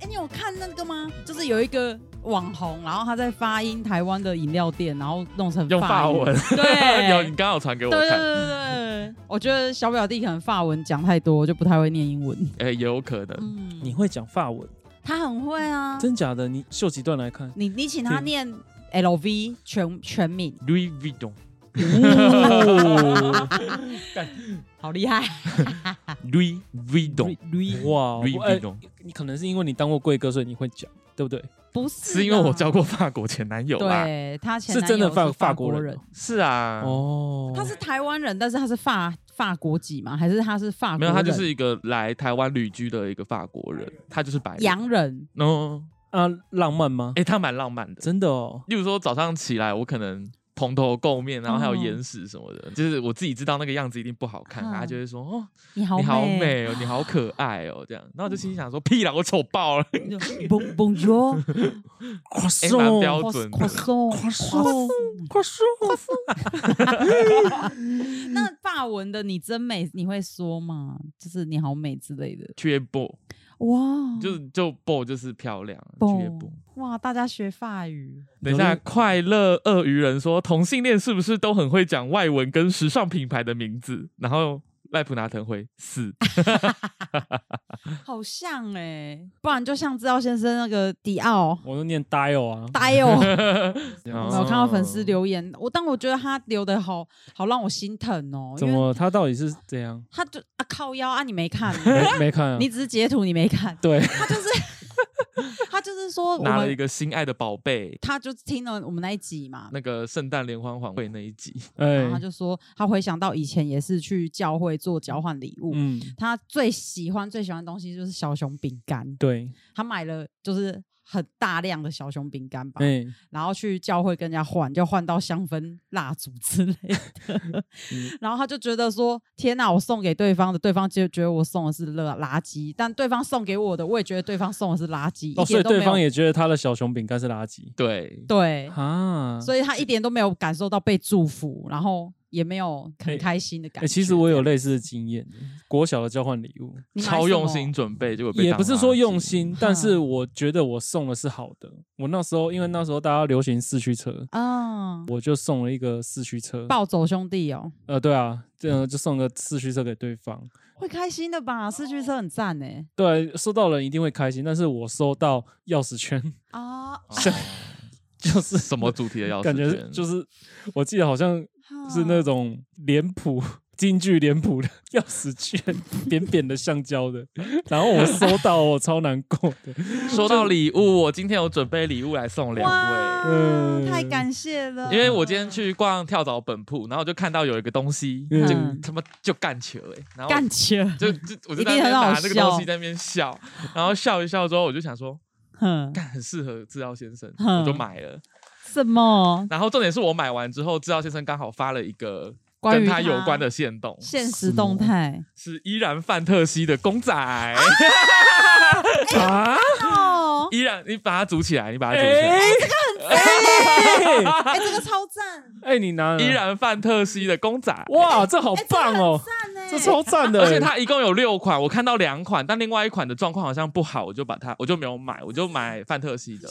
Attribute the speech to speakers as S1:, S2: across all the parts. S1: 哎、你有看那个吗？就是有一个网红，然后他在发音台湾的饮料店，然后弄成
S2: 用
S1: 法
S2: 法
S1: 语
S2: 文，
S1: 对，
S2: 有你刚好传给我
S1: 对对
S2: 看，
S1: 对对对，我觉得小表弟可能法文讲太多，我就不太会念英文。
S2: 哎、有可能。
S1: 嗯，
S3: 你会讲法文？
S1: 他很会啊，
S3: 真假的？你秀几段来看。
S1: 你你请他
S3: 对
S1: 念 LV 全全名，
S2: Louis Vuitton,
S3: 哦
S1: 好厉害！啊
S2: Louis Vuitton，
S1: 哦
S3: 哇
S2: Louis
S3: 我哎
S2: Vuitton
S3: 你可能是因为你当过贵哥，所以你会讲，对不对？
S1: 不是，啊
S2: 是因为我啊交。过法国前男友啦。
S1: 对他前
S3: 是
S1: 男
S3: 真的
S1: 友
S3: 法
S1: 是
S3: 法
S1: 法
S3: 国人
S1: 人，
S2: 是啊，
S3: 哦，
S1: 他是台湾人，但是他是法法国籍吗？还是他是法国人？
S2: 没有，他就是一个来台湾旅居的一个法国人，他就是白人。
S1: 洋人。
S2: 哦，
S3: 啊，浪漫吗？
S2: 哎、他蛮浪漫的。
S3: 真的哦，
S2: 例如说早上起来，我可能蓬头垢面，然后还有
S1: 哦
S2: 眼屎什么的，就是我自己知道那个样子一定不好看，
S1: 嗯
S2: 他就会说：“哦，
S1: 你好
S2: 你好美哦，你好可爱哦。”这样，然后我就心里想说：“屁啦，我丑爆了，
S3: 哎
S1: ，Bon Bonjour，
S3: 夸
S2: 哎、
S3: 送
S2: 蛮 标准的。
S1: croissant，
S3: 夸
S1: croissant
S3: 送夸送，
S1: 那法文的你真美，你会说吗？就是你好美之类的。
S2: 缺 b
S1: 哇，
S2: 就是就 b 就是漂亮，缺 b
S1: bon 哇，大家学法语，
S2: 等一下，快乐鳄鱼人说同性恋是不是都很会讲外文跟时尚品牌的名字？然后赖普拿腾回是
S1: 啊好像哎、不然就像知道先生那个迪奥。
S3: 我都念 dial 啊，
S1: 呆哦！
S2: 哦
S1: 我有看到粉丝留言，我但我觉得他留的好好让我心疼哦，
S3: 怎
S1: 因为
S3: 么他到底是 怎样？
S1: 他就啊靠腰啊，你没 看，
S3: 没没看啊，
S1: 你只是截图你没看，
S3: 对，
S1: 他就是他就是说我
S2: 拿了一
S1: 们，
S2: 个心爱的宝贝，
S1: 他就听了我们那一集嘛，
S2: 那个圣诞联欢晚会那一集，
S1: 然啊后他
S3: 哎，
S1: 就说他回想到以前也是去教会做交换礼物，
S3: 嗯，
S1: 他最喜欢最喜欢的东西就是小熊饼干，
S3: 对，
S1: 他买了就是很大量的小熊饼干吧，
S3: 哎，
S1: 然后去教会跟人家换，就换到香氛蜡烛之类 的。
S3: 嗯
S1: 然后他就觉得说：“天哪，我送给对方的，对方就觉得我送的是垃垃圾，但对方送给我的，我也觉得对方送的是垃圾，
S3: 哦，
S1: 一
S3: 所
S1: 点
S3: 以
S1: 都没
S3: 对
S1: 有
S3: 方也觉得他的小熊饼干是垃圾
S2: 对，
S1: 对，
S3: 啊，
S1: 所以他一点都没有感受到被祝福，然后也没有很
S3: 哎
S1: 开心的感
S3: 哎，
S1: 觉。
S3: 其实我有
S1: 这样
S3: 类似的经验，国小的交换礼物，
S1: 你买
S2: 超用
S1: 什
S2: 心
S1: 么
S2: 准备，结果被
S3: 也
S2: 当
S3: 不是说
S2: 垃圾
S3: 用，心，但是
S1: 哼
S3: 我觉得我送的是好的。我那时候因为那时候大家流行四驱车，
S1: 啊，
S3: 我就送了一个四驱车。
S1: 暴走兄弟哦，
S3: 呃，对啊，这样就送个四驱车给对方。
S1: 会开心的吧？四驱车很赞呢、
S3: 对，啊收到人一定会开心，但是我收到钥匙圈，
S1: 啊，
S2: 是
S3: 就是
S2: 什么主题的钥匙
S3: 感觉
S2: 圈？
S3: 就是我记得好像是那
S1: 哈
S3: 种脸谱。京剧脸谱的钥匙圈，扁扁的橡胶的，然后我收到，我超难过 的。
S2: 说到礼物，我今天有准备礼物来送两位。
S1: 哇，太
S3: 嗯
S1: 感谢了，
S2: 因为我今天去逛跳蚤本铺，然后我就看到有一个东西，
S3: 嗯
S2: 就他妈就干球哎、然后
S1: 干起了，
S2: 就就我就
S1: 一定
S2: 在那边
S1: 很好
S2: 拿那个
S1: 笑
S2: 东西在那边笑，然后笑一笑之后，我就想说，
S1: 哼。
S2: 干很适合制药先生，
S1: 哼
S2: 我就买了。
S1: 什么
S2: 然后重点是我买完之后，制药先生刚好发了一个
S1: 关
S2: 跟
S1: 于
S2: 他有关的线动，
S1: 现实动 态？
S2: 是依然范特西的公 仔，哎
S3: 啊，
S1: 哦，
S2: 依然你把它组起来，你把它组起
S3: 哎
S2: 来。，
S1: 哎，这个超赞，
S3: 哎，你拿了
S2: 依然范特西的公仔，
S3: 哇，这好棒哦，
S1: 赞呢
S2: 哎
S3: 这超赞的，哎
S2: 而且它一共有六款，我看到两款，但另外一款的状况好像不好，我就把它，我就没有买，我就买范特西的，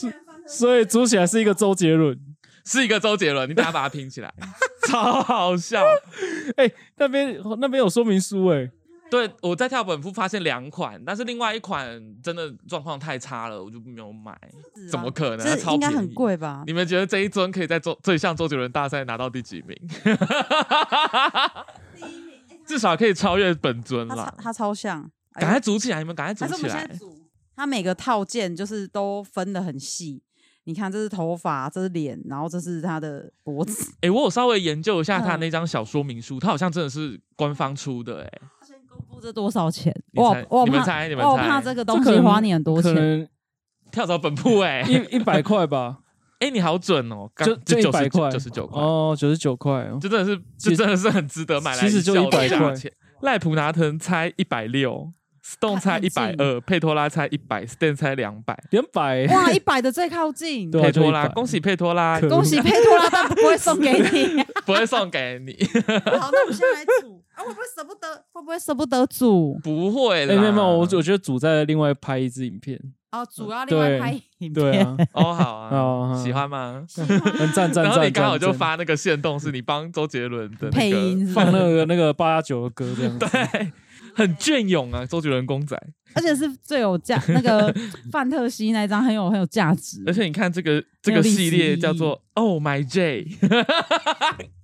S3: 所以组起来是一个周杰伦。
S2: 是一个周杰伦，你等下把它拼 起来，超好笑。
S3: 哎，那边那边有说明书哎，
S2: 对，我在跳本铺发现两款，但是另外一款真的状况太差了，我就没有买。怎么可能？它
S1: 啊
S2: 啊
S1: 这
S2: 超
S1: 应该
S2: 便
S1: 很
S2: 宜。
S1: 贵吧？
S2: 你们觉得这一尊可以在周最像周杰伦大赛拿到第几 名？ 至少可以超越本尊
S1: 它超
S2: 啦！
S1: 它超像，哎呦
S2: 赶快组起来，你们赶
S1: 还
S2: 快
S1: 是
S2: 组
S1: 我
S2: 起
S1: 们现在
S2: 来！
S1: 组？它每个套件就是都分的很细。你看，这是头发，这是脸，然后这是他的脖子。
S2: 哎、我有稍微研究一下他
S1: 嗯
S2: 那张小说明书，他好像真的是官方出的、哎，
S1: 先公布这多少钱？
S2: 你
S1: 我
S2: 猜
S1: 我
S2: 你们
S1: 怕
S2: 猜你们
S1: 我
S2: 猜
S1: 怕这个
S3: 这
S1: 东
S3: 可
S1: 西
S3: 能
S1: 花你很多
S3: 可
S1: 钱。
S3: 能
S2: 跳蚤本铺、 哎，哎、
S3: 一一百块吧，
S2: 你好准哦，刚
S3: 就
S2: 就
S3: 一
S2: 九
S3: 百
S2: 十
S3: 块，
S2: 九十九块，
S3: 哦，九十九块哦，
S2: 这真的是，
S3: 其实
S2: 这真的是很值得买来
S3: 其实就
S2: 笑的
S3: 100
S2: 价
S3: 块
S2: 钱。赖普拿腾猜一百六，Stone 猜
S1: 看
S2: 一百
S1: 看
S2: 二，佩托拉猜一百，Stan 猜两百。
S3: 两百，
S1: 哇，一百的最靠近，
S3: 对啊
S2: 佩托拉，
S3: 就100
S2: 恭喜佩托拉
S3: 可，恶
S1: 恭喜佩托拉，但不会送给你。
S2: 不会送给你，
S1: 好，那我们先来煮啊，会不会舍不得？会不会舍不得煮？
S2: 不会
S3: 哎，
S2: 啦。
S3: 没有没有，我我觉得组在另外拍一支影片，
S1: 哦，主要另外
S3: 对
S1: 拍影
S3: 对
S1: 片，
S3: 啊，
S2: 哦，好
S3: 哦
S2: 啊，
S3: 好
S2: 喜欢吗？
S1: 喜欢
S3: 很 赞赞
S2: 然后
S3: 赞，
S2: 你刚好
S3: 赞
S2: 就发那个线动，是你帮周杰伦的那个
S1: 配音，是吧
S3: 放那个那个八九的歌这样 子，
S2: 对，很隽永啊，周杰伦公仔。
S1: 而且是最有价那个范特西那一张很有很有价 值
S2: 而且你看这个这个
S1: 历史
S2: 系列
S1: 意义
S2: 叫做 Oh My J，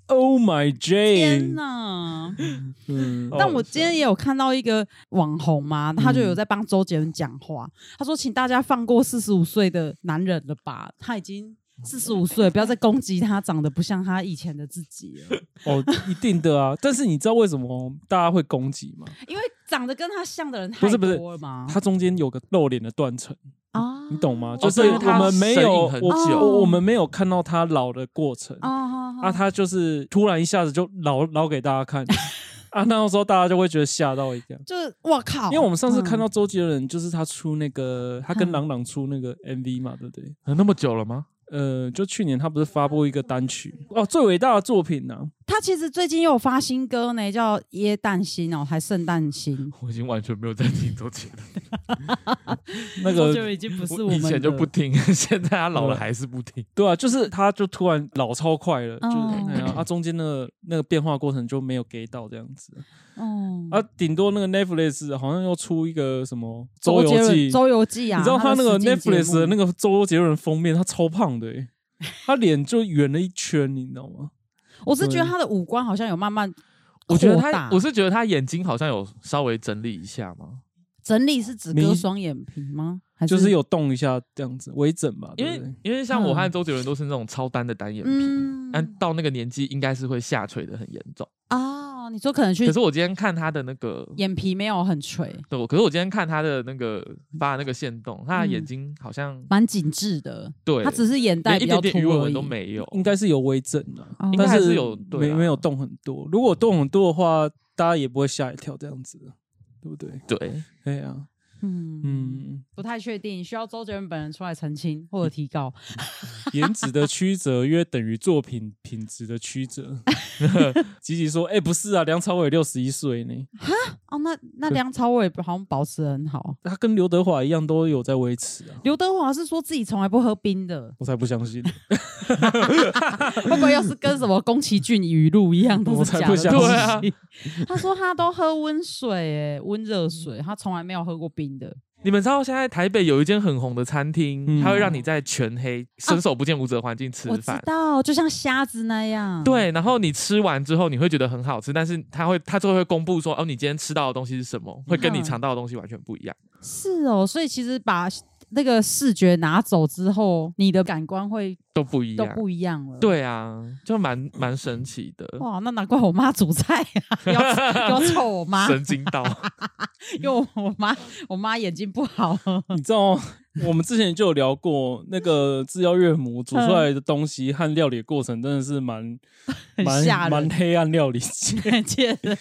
S3: Oh my
S1: 天
S3: Jane，
S1: 哪！
S3: 嗯
S2: 哦
S1: 但我今天也有看到一个网红嘛，他就有
S3: 嗯
S1: 在帮周杰伦讲话，他说：“请大家放过四十五岁的男人了吧，他已经四十五岁了，不要再攻击他长得不像他以前的自己了，
S3: 哦，一定的啊。但是你知道为什么大家会攻击吗？
S1: 因为长得跟他像的人
S3: 不
S1: 太
S3: 是不是
S1: 多了
S2: 啊
S1: 嘛。
S3: 它中间有个露脸的断层，
S1: 啊，
S3: 你懂吗？
S1: 哦
S3: 就是
S2: 对
S3: 我
S2: 它
S3: 们没有
S2: 神隐很
S3: 我
S1: 久
S3: 我我们没有看到他老的过程
S1: 哦哦，
S3: 啊，
S1: 哦
S3: 他就是突然一下子就老老给大 家看啊，那时候大家就会觉得吓到一样。
S1: 就是我靠，
S3: 因为我们上次看
S1: 嗯
S3: 到周杰伦，就是他出那个，他跟郎朗出那个 MV 嘛，对不对？
S2: 那么久了吗？
S3: 呃，就去年他不是发布一个单曲哦，最伟大的作品啊呢、
S1: 他其实最近又有发新歌呢，叫《椰蛋心》哦，还《圣诞心
S2: 我已经完全没有在听周杰伦，》，
S3: 那
S1: 周杰
S3: 个
S1: 伦已经不是我
S2: 我以
S1: 们
S2: 前就
S1: 的
S2: 不听， 现在他老了
S3: 对
S2: 还是不听。
S3: 对啊，就是他就突然老超快了，就是
S1: 哦
S3: 哎呀，啊中间那个那个变化过程就没有给到这样子
S1: 哦
S3: 啊，顶多那个 Netflix 好像又出一个什么周
S1: 周杰
S3: 游记
S1: 伦，周游记啊，
S3: 你知道他那个 Netflix 的那
S1: 个
S3: 个周杰伦封面，他超胖的、欸，他脸就圆了一圈，你知道吗？
S1: 我是觉得他的五官好像有慢慢
S2: 我觉得
S1: 扩
S2: 他
S1: 大，
S2: 我是觉得他眼睛好像有稍微整理一下嘛，
S1: 整理是指
S3: 你
S1: 割双眼皮吗？还
S3: 就是有动一下这样子，微整吧，
S2: 因
S3: 对
S2: 为
S3: 不对？
S2: 因为像我和周杰伦都是那种超单的单眼皮，啊
S1: 嗯
S2: 但到那个年纪应该是会下垂的很严重。
S1: 哦，你说可能去
S2: 可是我今天看他的那个，
S1: 眼皮没有很垂，
S2: 对，我可是我今天看他的那个发的那个线动，他的眼
S1: 嗯
S2: 睛好像
S1: 蛮紧致的，
S2: 对，
S1: 他只是眼袋
S2: 连一
S1: 比较
S2: 点
S1: 凸
S2: 点鱼尾
S1: 而
S2: 纹
S1: 已嗯
S2: 都。没有，
S3: 应该是有微整啊，
S1: 哦
S2: 应该
S3: 但
S2: 还是有对
S3: 没
S2: 啦
S3: 没有动很多。如果动很多的话，大家也不会吓一跳这样子，对不对？
S2: 对。
S3: 对啊，
S1: 嗯嗯，
S3: 嗯，
S1: 不太确定，需要周杰伦本人出来澄清或者提告。
S3: 颜值的曲折约等于作品品质的曲折。 吉吉说：“哎、不是啊，梁朝伟六十一岁呢，
S1: 哦，那那梁朝伟好像保持得很好，
S3: 他跟刘德华一样都有在维持啊。”
S1: 刘德华是说自己从来不喝冰的，
S3: 我才不相 信，
S1: 会不会又是跟什么宫崎骏语录一样都
S3: 我
S1: 是
S3: 才
S1: 假
S3: 不
S1: 的
S3: 相
S1: 东
S2: 信
S1: 西？他说他都喝温水、欸，温
S2: 嗯
S1: 热水，他从来没有喝过冰的。
S2: 你们知道现在台北有一间很红的餐厅，
S3: 嗯
S2: 它会让你在全黑、伸手不见五指的环境吃
S1: 啊我知
S2: 饭。
S1: 道，就像瞎子那样。，
S2: 对，然后你吃完之后，你会觉得很好吃，但是它会，它就会公布说，哦，你今天吃到的东西是什么，会跟你
S1: 嗯
S2: 尝到的东西完全不一样。
S1: 是哦。所以其实把那个视觉拿走之后，你的感官会
S2: 都不一
S1: 都
S2: 样。
S1: 不一样了。。
S2: 对啊，就蛮蛮神奇的，
S1: 哇，那难怪我妈煮菜啊， 要要臭我妈，
S2: 神经刀。
S1: 因为我我妈我妈眼睛不好，
S3: 你知 道我们之前就有聊过，那个制药岳母煮出来的东西和料理的过程真的是蛮
S1: 很
S3: 蛮
S1: 吓
S3: 蛮
S1: 人，
S3: 黑暗料理 界。
S1: 很吓人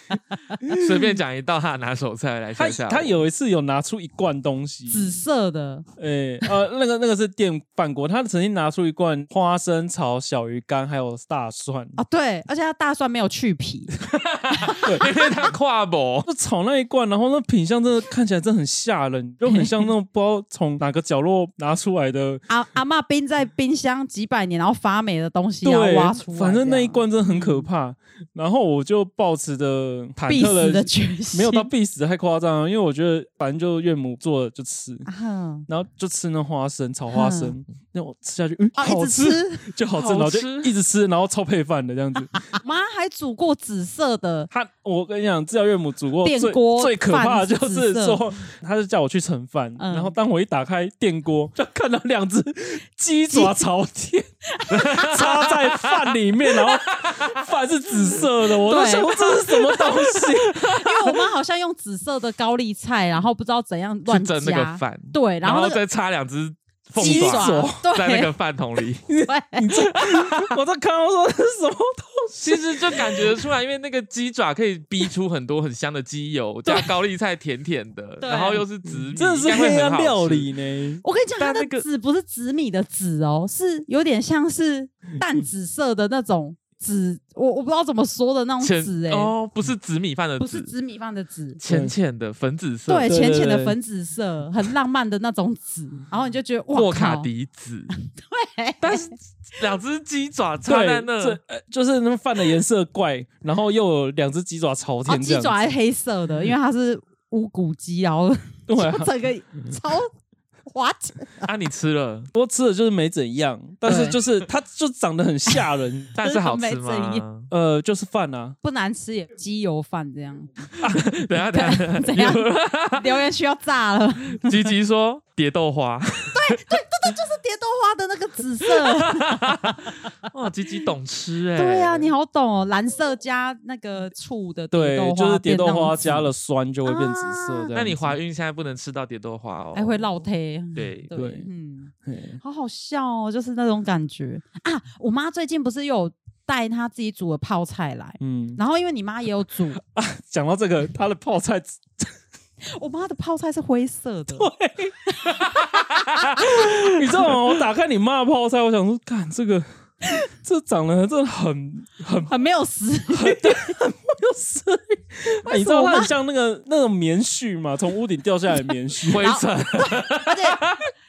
S2: 随便讲一道他的拿手菜来
S3: 他
S2: 吓吓我。
S3: 他有一次有拿出一罐东西，
S1: 紫色的，
S3: 诶、呃，那个那个是电饭锅，他曾经拿出一罐花生炒小鱼干，还有大蒜，
S1: 啊，对，而且它大蒜没有去皮，
S2: 因为他跨博，
S3: 就炒那一罐，然后那品相真的看起来真的很吓人，就很像那种不知道从哪个角落拿出来的。
S1: 阿啊阿嬷冰在冰箱几百年，然后发霉的东西要
S3: 对
S1: 挖出来，，嗯
S3: 反正那一罐真的很可怕。然后我就抱持着忐
S1: 必
S3: 忑
S1: 死的决心，
S3: 没有到 必死太夸张了，因为我觉得反正就岳母做的就 吃，
S1: 啊
S3: 然后就吃那花生炒花生，那我吃下去，嗯，
S1: 啊，一
S3: 好
S1: 直吃。
S3: 就好吃，然
S2: 好
S3: 后
S2: 吃
S3: 就一直吃，然后超配饭的这样子。
S1: 妈还煮过紫色的，
S3: 他，我跟你讲，治疗岳母煮过
S1: 电
S3: 最
S1: 锅
S3: 最可怕的就
S1: 饭是
S3: 是
S1: 紫色
S3: 说，他就叫我去盛饭，
S1: 嗯
S3: 然后当我一打开电锅，就看到两只鸡爪朝天插在饭里面，然后饭是紫色的，我都
S1: 对
S3: 想说这是什么东西？
S1: 因为我妈好像用紫色的高丽菜，然后不知道怎样乱
S2: 去
S1: 加
S2: 蒸那个饭，
S1: 对，
S2: 然
S1: 后那个
S2: 再插两只凤
S1: 鸡
S2: 爪
S1: 爪，
S2: 在那
S1: 对
S2: 个饭桶里。
S1: 对，
S3: 我在看到说这是什么
S2: 其实就感觉得出来，因为那个鸡爪可以逼出很多很香的鸡油，加高丽菜甜甜的，
S1: 对
S2: 然后又是紫米，
S3: 真的
S2: 应
S3: 是
S2: 该会
S3: 黑
S2: 很
S3: 暗
S2: 好
S3: 料
S2: 吃
S3: 理。呢。
S1: 我跟你讲，它
S2: 但那
S1: 的
S2: 个
S1: 紫不是紫米的紫哦，是有点像是淡紫色的那种紫，我我不知道怎么说的那种
S2: 浅
S1: 紫哎、
S2: 哦，不是紫米饭的
S1: 不是
S2: 紫，
S1: 紫米饭的紫，
S2: 浅浅的粉紫色，
S1: 对，
S3: 对
S1: 浅浅
S3: 对
S1: 的
S3: 对
S1: 粉紫色，很浪漫的那种紫，然后你就觉得哇
S2: 莫卡
S1: 靠
S2: 迪紫，
S1: 对，
S2: 但是两只鸡爪插
S3: 对
S2: 在，
S3: 这
S2: 那，
S3: 呃就是那饭的颜色怪，然后又有两只鸡爪朝
S1: 哦，
S3: 天这
S1: 鸡
S3: 样子，
S1: 爪还黑色的，因为它是乌骨鸡，然 后
S3: 对啊，
S1: 整个超 what
S2: 啊，你吃了，，
S3: 不过吃的就是没怎样，但是
S1: 对
S3: 就是它就长得很吓人
S2: 但是好
S1: 没
S2: 吃
S1: 怎
S2: 吗？
S3: 呃，就是饭啊，
S1: 不难吃也鸡油饭这 样，
S2: 等 一下等一下，
S1: 啊怎样？留言需要炸了，是
S2: 吉吉说蝶豆花，
S1: 蝶豆花的那个紫 色，
S2: 哇，吉吉懂吃哎，
S1: 对啊，你好懂哦，蓝色加那个醋的蝶
S3: 对
S1: 豆花，，
S3: 就是蝶豆
S1: 变那
S3: 花
S1: 种紫
S3: 加了，酸就会变紫色
S1: 啊
S3: 这样子。
S2: 那你怀孕现在不能吃到蝶豆花哦，
S1: 还会落胎，
S2: 对
S1: 对
S3: 对
S1: 嗯，
S3: 嘿
S1: 好好笑哦，就是那种感觉啊！我妈最近不是有带她自己煮的泡菜来，
S3: 嗯，
S1: 然后因为你妈也有 煮，
S3: 讲到这个，它的泡菜
S1: 我妈的泡菜是灰色的，
S3: 你知道吗？我打开你妈的泡菜，我想说，看这个， 这长得真的很很
S1: 很没有食
S3: 有实力。
S1: 么
S3: 你知道它很像那个那种棉絮嘛，从屋顶掉下来的 棉絮。
S2: 灰尘，
S1: 而且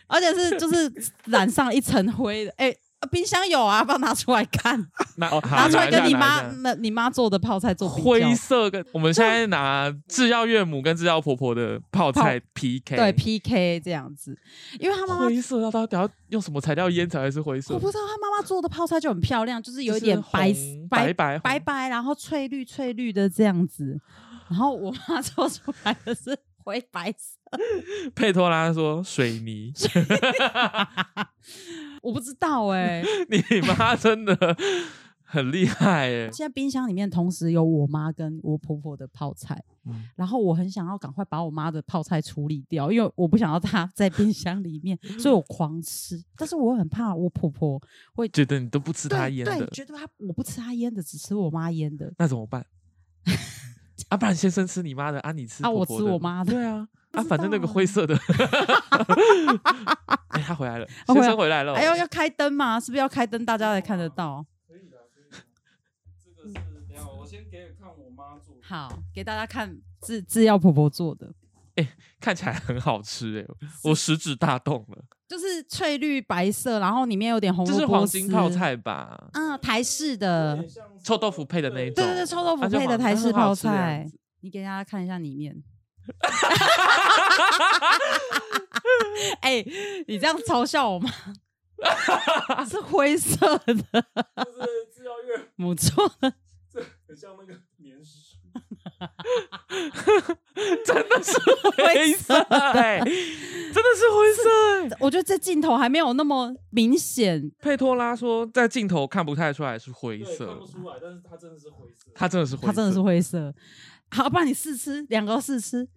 S1: 而且是就是染上一层灰的。哎、啊冰箱有啊，帮拿出来看，
S2: 拿
S1: 拿
S2: 拿
S1: 出来跟你
S2: 拿
S1: 妈
S2: 一下
S1: 那你妈做的泡菜做比较。
S2: 灰色跟我们现在拿制药岳母跟制药婆婆的泡菜 PK，
S1: 对 PK 这样子，因为他妈妈
S2: 灰色，那到底要用什么材料腌才会是灰
S1: 啊
S2: 色
S1: 我？不知道他妈妈做的泡菜就很漂亮，就是有一
S2: 就是
S1: 点白
S2: 红
S1: 白
S2: 白
S1: 白
S2: 白红，
S1: 白，然后翠绿翠绿的这样子。然后我妈 做出来的是灰白色，
S2: 佩托拉说水泥，
S1: 我不知道哎、
S2: 你妈真的很厉害耶！
S1: 现在冰箱里面同时有我妈跟我婆婆的泡菜，
S2: 嗯
S1: 然后我很想要赶快把我妈的泡菜处理掉，因为我不想要她在冰箱里面，所以我狂吃。但是我很怕我婆婆会
S2: 觉得你都不吃她
S1: 对
S2: 腌
S1: 对
S2: 的，，
S1: 觉得她我不吃她腌的，只吃我妈腌的。
S2: 那怎么办？ 啊，不然先生吃你妈的，啊你吃
S1: 啊，我
S2: 婆
S1: 吃
S2: 婆的
S1: 我妈的，
S2: 对啊，
S1: 不
S2: 啊
S1: 知
S2: 反正那个
S1: 道
S2: 灰色的， 哎他回来了，
S1: 他
S2: 先
S1: 回来
S2: 生回来了，哦
S1: 哎呦，要开灯吗？是不是要开灯，大家才看得到？
S3: 我先给看我妈做。
S1: 好，给大家看制制药婆婆做的，
S2: 看起来很好吃哎，我食指大动了，
S1: 就是翠绿白色，然后里面有点红
S2: 这
S1: 萝卜
S2: 是
S1: 丝。
S2: 黄金泡，菜吧？
S1: 嗯，台式的。
S2: 臭豆腐配的那一种，
S1: 对对对，臭豆腐
S2: 它就
S1: 配的
S2: 黄
S1: 台式
S2: 它很好
S1: 泡
S2: 吃的样
S1: 菜
S2: 子，
S1: 你给大家看一下里面。 哎、你这样嘲笑我吗？ 是灰色的，
S3: 就是制药院
S1: 母错，
S3: 很像那个 棉絮。
S2: 真的是
S1: 灰
S2: 灰色
S1: 色
S2: 哎、真的是灰色哎、
S1: 我觉得这镜头还没有那么明显。
S2: 佩托拉说，在镜头看不太出来是灰色，
S3: 出来，但是它真的是灰色
S2: 它真的是灰色，
S1: 它真的是，灰色，好，不然你试吃，两个都试吃。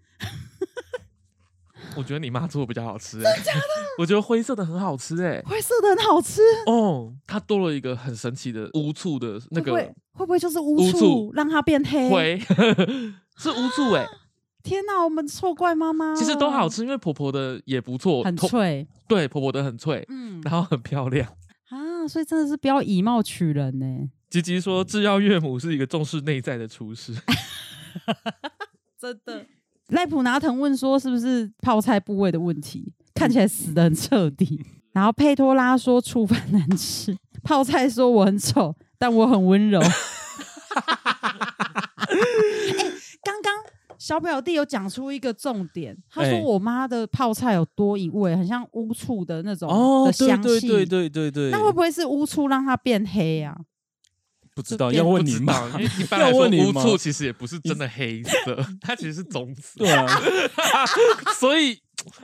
S2: 我觉得你妈做的比较好吃哎、真的假的？ 我觉得灰色的很好吃 哎、
S1: 灰色的很好吃，
S2: 哦，它多了一个很神奇的乌醋的那个
S1: 会不会会不会就是乌
S2: 乌
S1: 醋
S2: 醋
S1: 让它变黑？
S2: 灰， 是乌醋哎、
S1: 天哪、我们错怪妈妈了。
S2: 其实都好吃，因为婆婆的也不错，
S1: 很
S2: 婆，
S1: 脆，
S2: 对，婆婆的很脆，
S1: 嗯
S2: 然后很漂亮。
S1: 啊，所以真的是不要以貌取人呢、
S2: 吉吉说，制药岳母是一个重视内在的厨师，
S1: 真的。赖普拿腾问说：“是不是泡菜部位的问题？看起来死的很彻底。”然后佩托拉说：“醋饭难吃。”泡菜说：“我很丑，但我很温 柔。”哎、刚刚小表弟有讲出一个重点，他说
S3: 哎
S1: 我妈的泡菜有多一味，很像乌醋的那种
S3: 哦
S1: 的，
S3: 对
S1: 香气。
S3: 对对对对对，
S1: 那会不会是乌醋让它变黑啊呀、
S3: 不知道
S1: 这边
S3: 要问
S2: 不
S3: 你
S2: 知
S3: 妈。
S2: 道因为一般来
S3: 要
S2: 说，
S3: 问你
S2: 乌
S3: 吗
S2: 醋其实也不是真的黑色，它其实是棕色，
S3: 对啊，
S2: 所以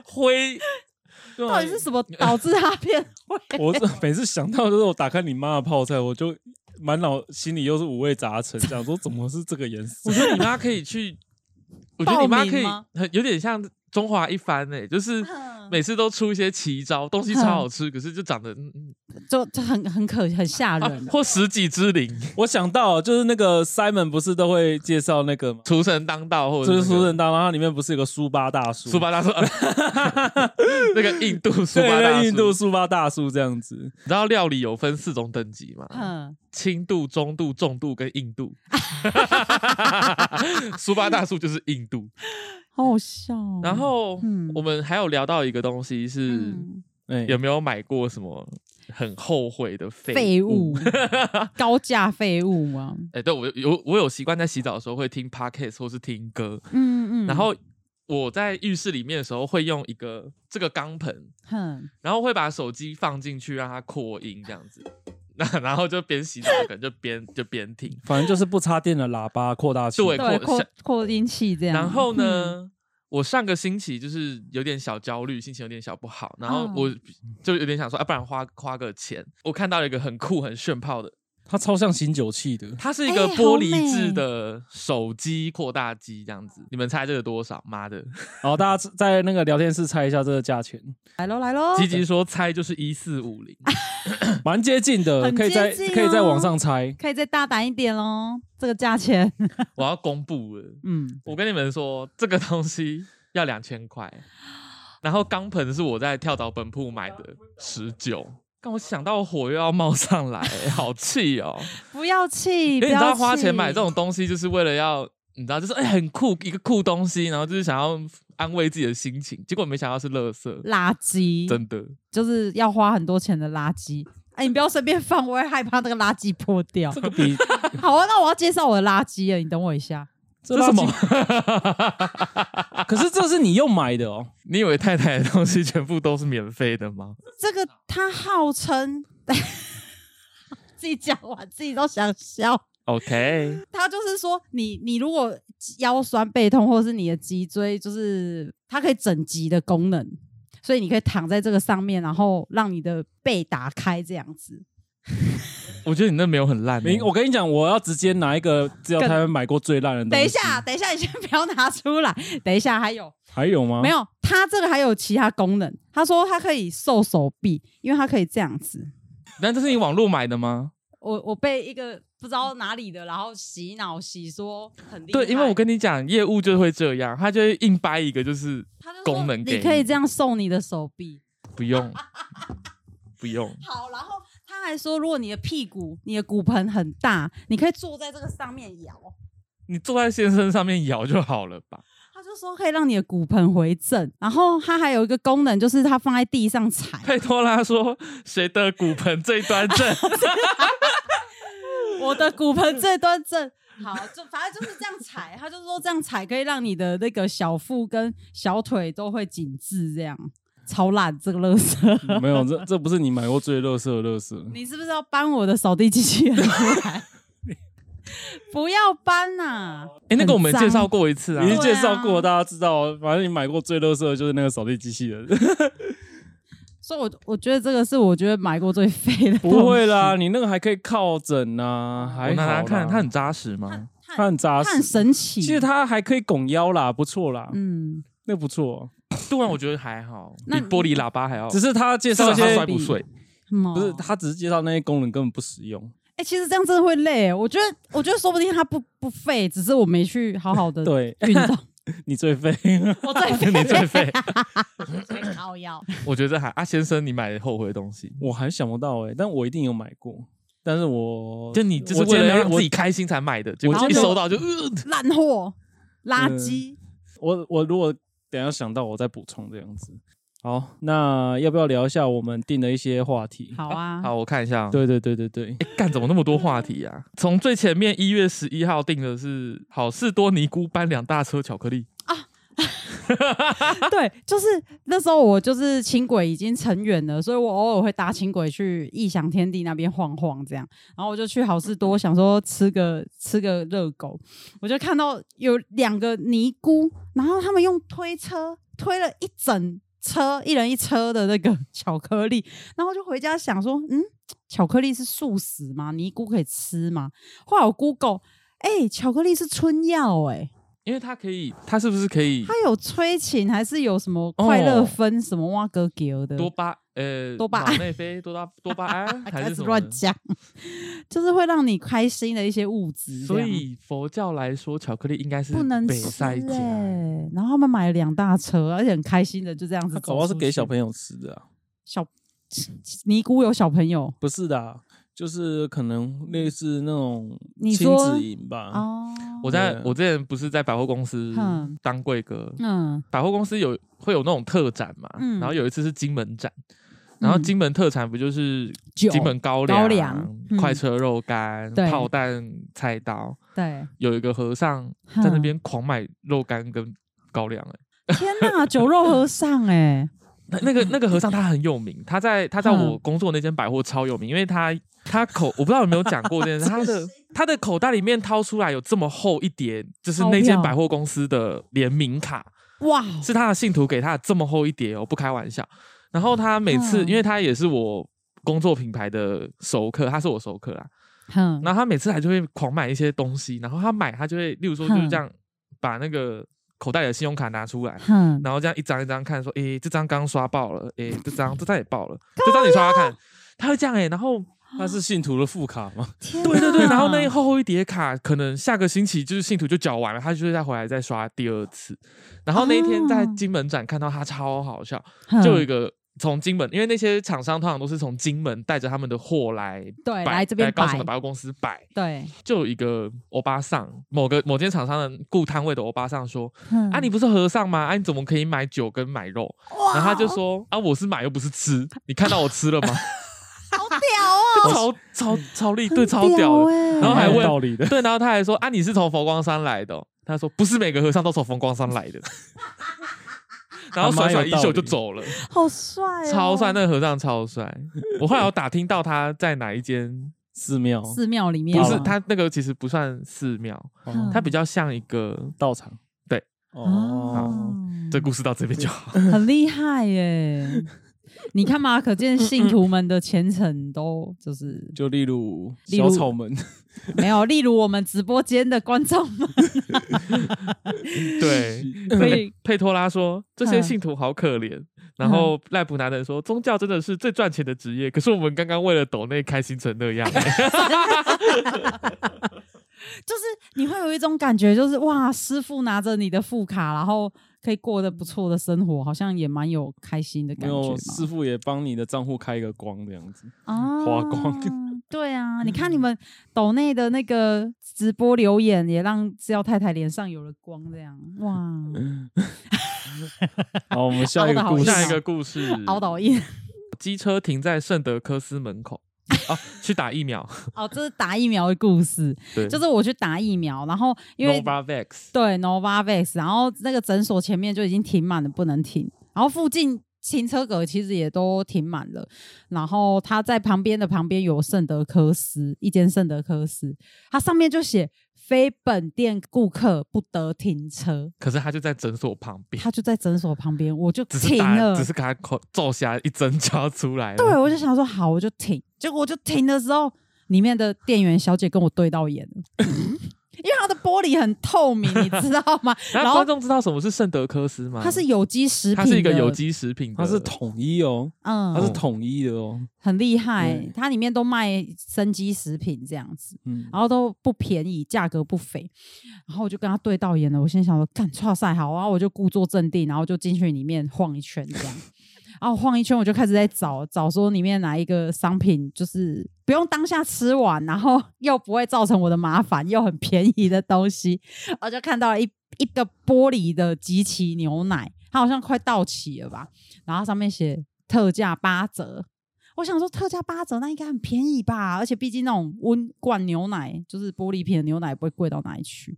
S2: 灰
S3: 对啊
S1: 到底是什么导致它变灰？
S3: 我这每次想到就是我打开你妈的泡菜，我就满脑心里又是五味杂陈，想说怎么是这个颜色
S2: 我？觉得 你妈可以去，我觉得你妈
S1: 报
S2: 可
S1: 名
S2: 以
S1: 吗
S2: 很有点像中华一番诶、就是
S1: 嗯嗯
S2: 每次都出一些奇招，东西超好吃，可是就长得嗯嗯
S1: 就就很很可很吓
S2: 啊
S1: 人，
S2: 或十几之灵，
S3: 我想到就是那个 Simon 不是都会介绍那个吗？
S2: 厨神当道，或者那
S3: 就是
S2: 个
S3: 苏正当，然后里面不是有个苏巴大叔？
S2: 苏巴大叔，呃 那个印 度苏
S3: 对
S2: 巴
S3: 那
S2: 大叔，
S3: 印度苏巴大叔这样子，
S2: 你知道料理有分四种等级吗？
S1: 嗯，
S2: 轻度、中度、重度跟硬 度。苏巴大叔就是硬度。
S1: 好好笑哦。
S2: 然后
S1: 嗯
S2: 我们还有聊到一个东西是
S1: 嗯
S3: 哎，
S2: 有没有买过什么很后悔的废
S1: 废
S2: 物？
S1: 物，高价废物啊嘛，
S2: 哎，对我有我有习惯在洗澡的时候会听 podcast 或是听歌，
S1: 嗯嗯，
S2: 然后我在浴室里面的时候会用一个这个钢盆，
S1: 哼，
S2: 然后会把手机放进去让它扩音这样子，那然后就边洗澡可能就边就边 听，
S3: 反正就是不插电的喇叭扩大器。
S2: 对
S1: 对，
S2: 扩
S1: 扩扩音器这样。嗯
S2: 然后呢，我上个星期就是有点小焦虑，心情有点小不好，然后
S1: 嗯
S2: 我就有点想说，啊，不然花花个钱。我看到了一个很酷、很炫炮的，
S3: 它超像醒酒器的，
S2: 它是一个
S1: 哎
S2: 玻
S1: 好
S2: 璃制
S1: 美
S2: 的手机扩大机，这样子。你们猜这个多少？妈的，
S3: 然后大家在那个聊天室猜一下这个价钱，
S1: 嗯，来喽来喽，
S2: 吉吉说猜就是一四 五零，
S3: 蛮接近的，
S1: 很
S3: 可以在
S1: 接近哦
S3: 可以在网上猜。
S1: 可以再大胆一点喽，这个价 钱，
S2: 我要公布了。
S1: 嗯，
S2: 我跟你们说，这个东西要两千块，然后钢盆是我在跳蚤本铺买的，十九。但我想到火又要冒 上来，好气哦！
S1: 不要气，
S2: 因
S1: 不
S2: 为你知
S1: 要
S2: 道花钱买
S1: 气
S2: 这种东西，就是为了要你知道，就是哎、很酷一个酷东西，然后就是想要安慰自己的心情，结果没想到是垃圾，
S1: 垃圾，
S2: 真的。
S1: 就是要花很多钱的垃圾。哎，你不要随便放，我会害怕那个垃圾破掉。
S3: 这个比
S1: 好啊，那我要介绍我的垃圾了，你等我一下。
S3: 这
S2: 什么？
S3: 可是这是你又买的哦，
S2: 你以为太太的东西全部都是免费的吗？
S1: 这个他号称 自己讲完自己都想笑。
S2: OK，
S1: 他就是说你，你如果腰酸背痛，或者是你的脊椎，就是它可以整脊的功能，所以你可以躺在这个上面，然后让你的背打开这样子。
S2: 我觉得你那没有很烂、
S3: 明，
S2: 欸，
S3: 我跟你讲，我要直接拿一个只有
S1: 更
S3: 台湾买过最烂的东西。
S1: 等一下，，等一下，你先 不要拿出来。等一下，还有
S3: 还有
S2: 啊
S3: 吗？
S1: 没有？它这个还有其他功能。他说它可以瘦手臂，因为它可以这样子。
S2: 但这是你网络买的吗？
S1: 我我被一个不知道哪里的，然后洗脑洗说很厉害。
S2: 对，因为我跟你讲，业务就会这样，他就会硬掰一个，就是
S1: 他就说
S2: 功能给
S1: 你可以这样瘦你的手臂。
S2: 不 用，不用。
S1: 好，然后他还说，如果你的屁股、你的骨盆很大，你可以坐在这个上面摇。
S2: 你坐在先生上面摇就好了吧？
S1: 他就说可以让你的骨盆回正，然后它还有一个功能，就是它放在地上踩。
S2: 佩托拉说：“谁的骨盆最端正？”
S1: 我的骨盆最端正。好，就反正就是这样踩，他就说这样踩可以让你的那个小腹跟小腿都会紧致，这样超烂这个乐色。
S3: 没有，这这不是你买过最乐色的乐色。
S1: 你是不是要搬我的扫地机器人出来？ 不要搬啊呐、
S2: 哎、那个我们
S1: 很
S2: 介
S1: 脏
S2: 绍过一次啊
S3: 已。经介
S1: 对
S3: 绍
S1: 啊
S3: 过，大家知道，反正你买过最乐色的就是那个扫地机器 人。
S1: 所以我我觉得这个是我觉得买过最废的。
S3: 不会啦，，你那个还可以靠枕啊，
S2: 我
S3: 还
S2: 拿
S3: 好
S2: 来
S3: 啦
S2: 看，它很扎实吗？
S3: 它
S1: 它
S3: 很扎
S1: 它很
S3: 实。
S1: 神奇。
S3: 其实它还可以拱腰啦，不错啦，
S1: 嗯，
S3: 那不错。
S2: 突然我觉得还好，比
S1: 那
S2: 玻璃喇叭还要。
S3: 只是它介
S2: 介
S3: 绍一些
S2: 摔，不碎，
S1: 嗯哦
S3: 不是它只是介绍那些功能根本不实用。
S1: 哎、其实这样真的会累。我觉得，我觉得说不定它不不废，只是我没去好好的
S3: 对
S1: 运动。
S3: 你最废，
S1: 我最废，
S2: 嗯 你最废。
S1: 最高腰。
S2: 我觉得还啊，先生，你买的后悔的东西，
S3: 我还想不到哎，但我一定有买过。但是我
S2: 就你就是
S3: 我今
S2: 为
S3: 天
S2: 了要
S3: 没有
S2: 让自己开心才买的，结
S1: 然
S2: 果
S1: 后
S2: 一
S1: 就
S2: 收到就呃，
S1: 烂货、垃
S3: 嗯
S1: 圾，
S3: 我我如果等一下想到，我再补充这样子。好，那要不要聊一下我们定的一些话题？，
S1: 好啊，
S2: 好，我看一下哦。
S3: 对对对对对，
S2: 哎，干怎么那么多话题啊？从最前面一月十一号定的是好事多尼姑搬两大车巧克力，
S1: 对，就是那时候我就是轻轨已经成员了，所以我偶尔会搭轻轨去异想天地那边晃晃这样。然后我就去好事多想说吃个吃个热狗，我就看到有两个尼姑，然后他们用推车推了一整车，一人一车的那个 巧克力，然后就回家想说，嗯，巧克力是素食吗？尼姑可以吃吗？后来我 Google，哎、巧克力是春药、哎。
S2: 因为它可以，它是不是可以
S1: 他有催情还是有什么快乐分什么哇哥给的？
S2: 多巴呃
S1: 多巴哎
S2: 胺内啡多巴多巴胺还
S1: 开
S2: 是
S1: 始
S2: 什么
S1: 乱
S2: 的
S1: 讲，就是会让你开心的一些物质，
S2: 所
S1: 这样
S2: 以佛教来说，巧克力应该是
S1: 不能
S2: 被
S1: 吃、
S2: 塞
S1: 欸
S2: 进。
S1: 然后他们买了两大车，而且很开心的就这样子
S3: 它
S1: 走出去。
S3: 搞不好是给小朋友吃的啊，
S1: 小尼姑有小朋友
S3: 不是的啊、就是可能类似那种
S1: 你
S3: 亲
S1: 说
S3: 子营吧。
S1: 哦，
S2: 啊我在
S3: 对
S2: 我之前不是在百货公司
S1: 哼
S2: 当柜哥，
S1: 嗯
S2: 百货公司有会有那种特展嘛，
S1: 嗯
S2: 然后有一次是金门展，然后
S1: 嗯
S2: 金门特产不就是
S1: 酒
S2: 金门高
S1: 高
S2: 粱
S1: 粱、嗯
S2: 快车肉干、
S1: 对
S2: 炮弹菜刀，
S1: 对，
S2: 有一个和尚
S1: 哼
S2: 在那边狂买肉干跟高粱、欸，
S1: 天哪，酒肉和尚哎、
S2: 那那个那个和尚他很有名，他在他在我
S1: 嗯
S2: 工作那间百货超有名，因为他他口我不知道有没有讲过这件事，他 的他的口袋里面掏出来有这么厚一叠，就是
S1: 钞
S2: 那间
S1: 票
S2: 百货公司的联名卡，
S1: 哇，
S2: 是他的信徒给他的这么厚一叠哦，不开玩笑。然后他每次，
S1: 嗯
S2: 因为他也是我工作品牌的熟客，他是我熟客啦。
S1: 哼，
S2: 然后他每次还就会狂买一些东西，然后他买他就会，例如说就是这样，把那个口袋里的信用卡拿出来，
S1: 哼，
S2: 然后这样一张一张看，说，诶，这张刚刷爆了，诶，这张这张也爆了，这张你刷刷看，他会这样诶，然后
S3: 它是信徒的副卡吗？
S1: 天
S2: 对对对，
S1: 哪
S2: 然后那一厚厚一叠卡，可能下个星期就是信徒就缴完了，他就会再回来再刷第二次。然后那一天在
S1: 哦
S2: 金门展看到他超好笑，
S1: 哼
S2: 就有一个从金门，因为那些厂商通常都是从金门带着他们的货来
S1: 对
S2: 摆。
S1: 来这边
S2: 高雄的百
S1: 摆
S2: 货公司摆，
S1: 对，
S2: 就有一个欧巴桑，某个某间厂商的雇摊位的欧巴桑说：“
S1: 哼
S2: 啊，你不是和尚吗？啊，你怎么可以买酒跟买肉？”然后他就说：“啊，我是买又不是 吃，你看到我吃了吗？”
S1: 好
S2: 啊
S1: 屌哦，
S2: 超超超厉， 对，
S1: 很
S2: 超屌的。
S1: 欸
S2: 然后还
S3: 蛮有
S2: 问
S3: 道理的，
S2: 对，然后他还说啊，你是从佛光山来的哦、他说不是每个和尚都从佛光山来的， 然后甩甩衣袖就走了，
S1: 好帅、哦，
S2: 超帅，那个和尚超帅。我后来有打听到他在哪一间，
S3: 寺庙
S1: 寺庙里面
S2: 不
S1: 吗
S2: 是他那个其实不算寺庙，
S3: 哦
S2: 他比较像一个。
S3: 道场
S2: 对
S3: 哦，
S2: 这故事到这边就好。
S1: 很厉害耶！ 你看嘛，可见信徒们的虔诚都就是
S3: 就例如
S1: 例如
S3: 小草们，
S1: 没有，例如我们直播间的观众们，
S2: 对，
S1: 所以
S2: 佩托拉说这
S1: 嗯
S2: 些信徒好可怜。然后赖普男人说，宗教真的是最赚钱的职业，可是我们刚刚为了抖内开心成 那样、
S1: 就是你会有一种感觉，就是哇，师傅拿着你的副卡，然后可以过得不错的生活，好像也蛮有开心的
S3: 没
S1: 感觉
S3: 有
S1: 嘛。
S3: 师傅也帮你的账户开一个光这样子，
S1: 啊
S3: 花光。
S1: 对啊，你看你们抖内的那个直播留言，也让制药太太脸上有了光，这样哇，
S3: 好，我们下一个
S1: 凹得好
S3: 故事，
S2: 下一个故事，
S1: 熬倒夜。
S2: 机车停在圣德科斯门口，啊，去打疫苗。
S1: 哦，这是打疫苗的故事，
S2: 对，
S1: 就是我去打疫苗，然后因为
S2: Novavax
S1: 对 Novavax，然后那个诊所前面就已经停满了，不能停。然后附近停车格其实也都停满了，然后它在旁边的旁边有圣德科斯一间圣德科斯，它上面就写非本店顾客不得停车，
S2: 可是他就在诊所旁边，
S1: 它就在诊所旁边，我就
S2: 只是
S1: 停
S2: 打
S1: 了，
S2: 只是给他口揍下一针就要出来了。
S1: 对，我就想说好，我就停。结果我就停的时候，里面的店员小姐跟我对到眼了，
S2: 嗯
S1: 因为它的玻璃很透明，你知道 吗？
S2: 然
S1: 然
S2: 后
S1: 后
S2: 观众知道什么是圣德科斯吗？
S1: 它是有机食品，
S2: 它是一个有，机食品的，
S3: 它是 统一哦，它
S1: 嗯
S3: 是，统一的哦，
S1: 很厉害
S2: 嗯
S3: 对，
S1: 它里面都卖生机食品这样子。
S3: 嗯，
S1: 然后都不便宜，价格不菲，然后我就跟他对到眼了。我心想说，干，哇赛好啊！然后我就故作镇定，然后就进去里面晃一圈，这样，然后晃一圈，我就开始在找找说里面哪一个商品就是不用当下吃完，然后 又不会造成我的麻烦，又很便宜的东西。我就看到了一一个玻璃的集齐牛奶，它好像快到期了吧，然后上面写特价八折。我想说特价八折，那应该很便宜吧？而且毕竟那种温罐牛奶，就是玻璃瓶的牛奶，也不会贵到哪里去。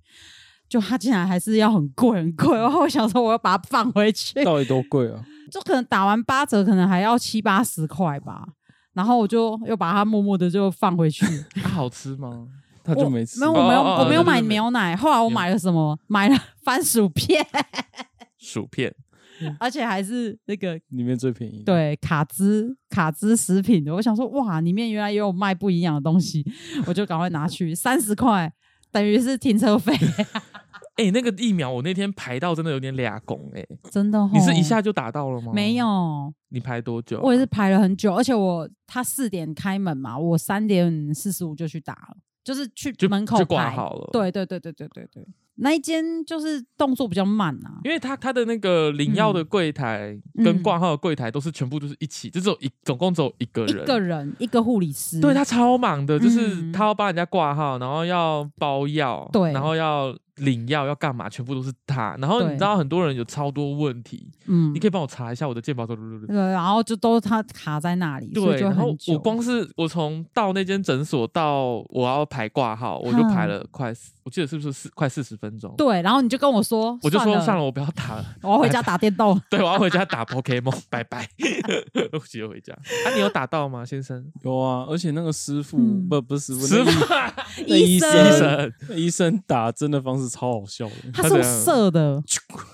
S1: 就它竟然还是要很贵很贵，然后我想说我要把它放回去，
S3: 到底多贵啊？
S1: 就可能打完八折，可能还要七八十块吧。然后我就又把它默默的就放回去，
S2: 它好吃吗？
S3: 他就没吃
S1: 没有，我没有，
S2: 哦哦哦
S1: 我没有
S2: 那就是
S1: 买
S2: 没
S1: 牛奶。后来我买了什么？买了番薯片，
S2: 薯片，
S1: 而且还是那个
S3: 里面最便宜，，
S1: 对卡兹卡兹食品的。我想说，哇，里面原来也有卖不营 养的东西，我就赶快拿去，三十块等于是停车费。
S2: 哎、那个疫苗我那天排到真的有点俩拱哎，
S1: 真的、哦。
S2: 你是一下就打到了吗？
S1: 没，有？
S2: 你排多久？
S1: 我也是排了很久，而且我他四点开门嘛，我三点四十五就去打了，就是去
S2: 就
S1: 门口
S2: 就挂
S1: 排
S2: 好了
S1: 对对对对对对对，那一间就是动作比较慢啊。
S2: 因为他他的那个领药的柜台跟
S1: 嗯
S2: 挂号的柜台都是全部就是一起，就只有一总共只有一个
S1: 一
S2: 人。
S1: 个人，一个护理师，
S2: 对他超忙的，就是
S1: 嗯
S2: 他要帮人家挂号，然后要包药，
S1: 对
S2: 然后要领药，要干嘛，全部都是他。然后你
S1: 对
S2: 知道很多人有超多问题，
S1: 嗯
S2: 你可以帮我查一下我的健保的。
S1: 对，然后就都他卡在那里，所
S2: 对，
S1: 以就
S2: 然后
S1: 很久。
S2: 我光是我从到那间诊所到我要排挂号，我就排了快四，我记得是不是四快四十分钟？
S1: 对，然后你就跟我说，
S2: 我就说
S1: 了
S2: 算了，我不要打了，
S1: 我要回家打电动。
S2: 对，我要回家打 Pokemon，拜 拜，我直接回家。啊，你有打到吗，先生？
S3: 有啊，而且那个师傅、
S1: 嗯
S3: 不不是师
S2: 师傅，
S3: 那医
S1: 医
S3: 生
S2: 医
S1: 生
S2: 生，
S3: 那医生打针的方式超好笑的，
S1: 他
S2: 他
S1: 是用
S2: 怎样
S1: 射啊的，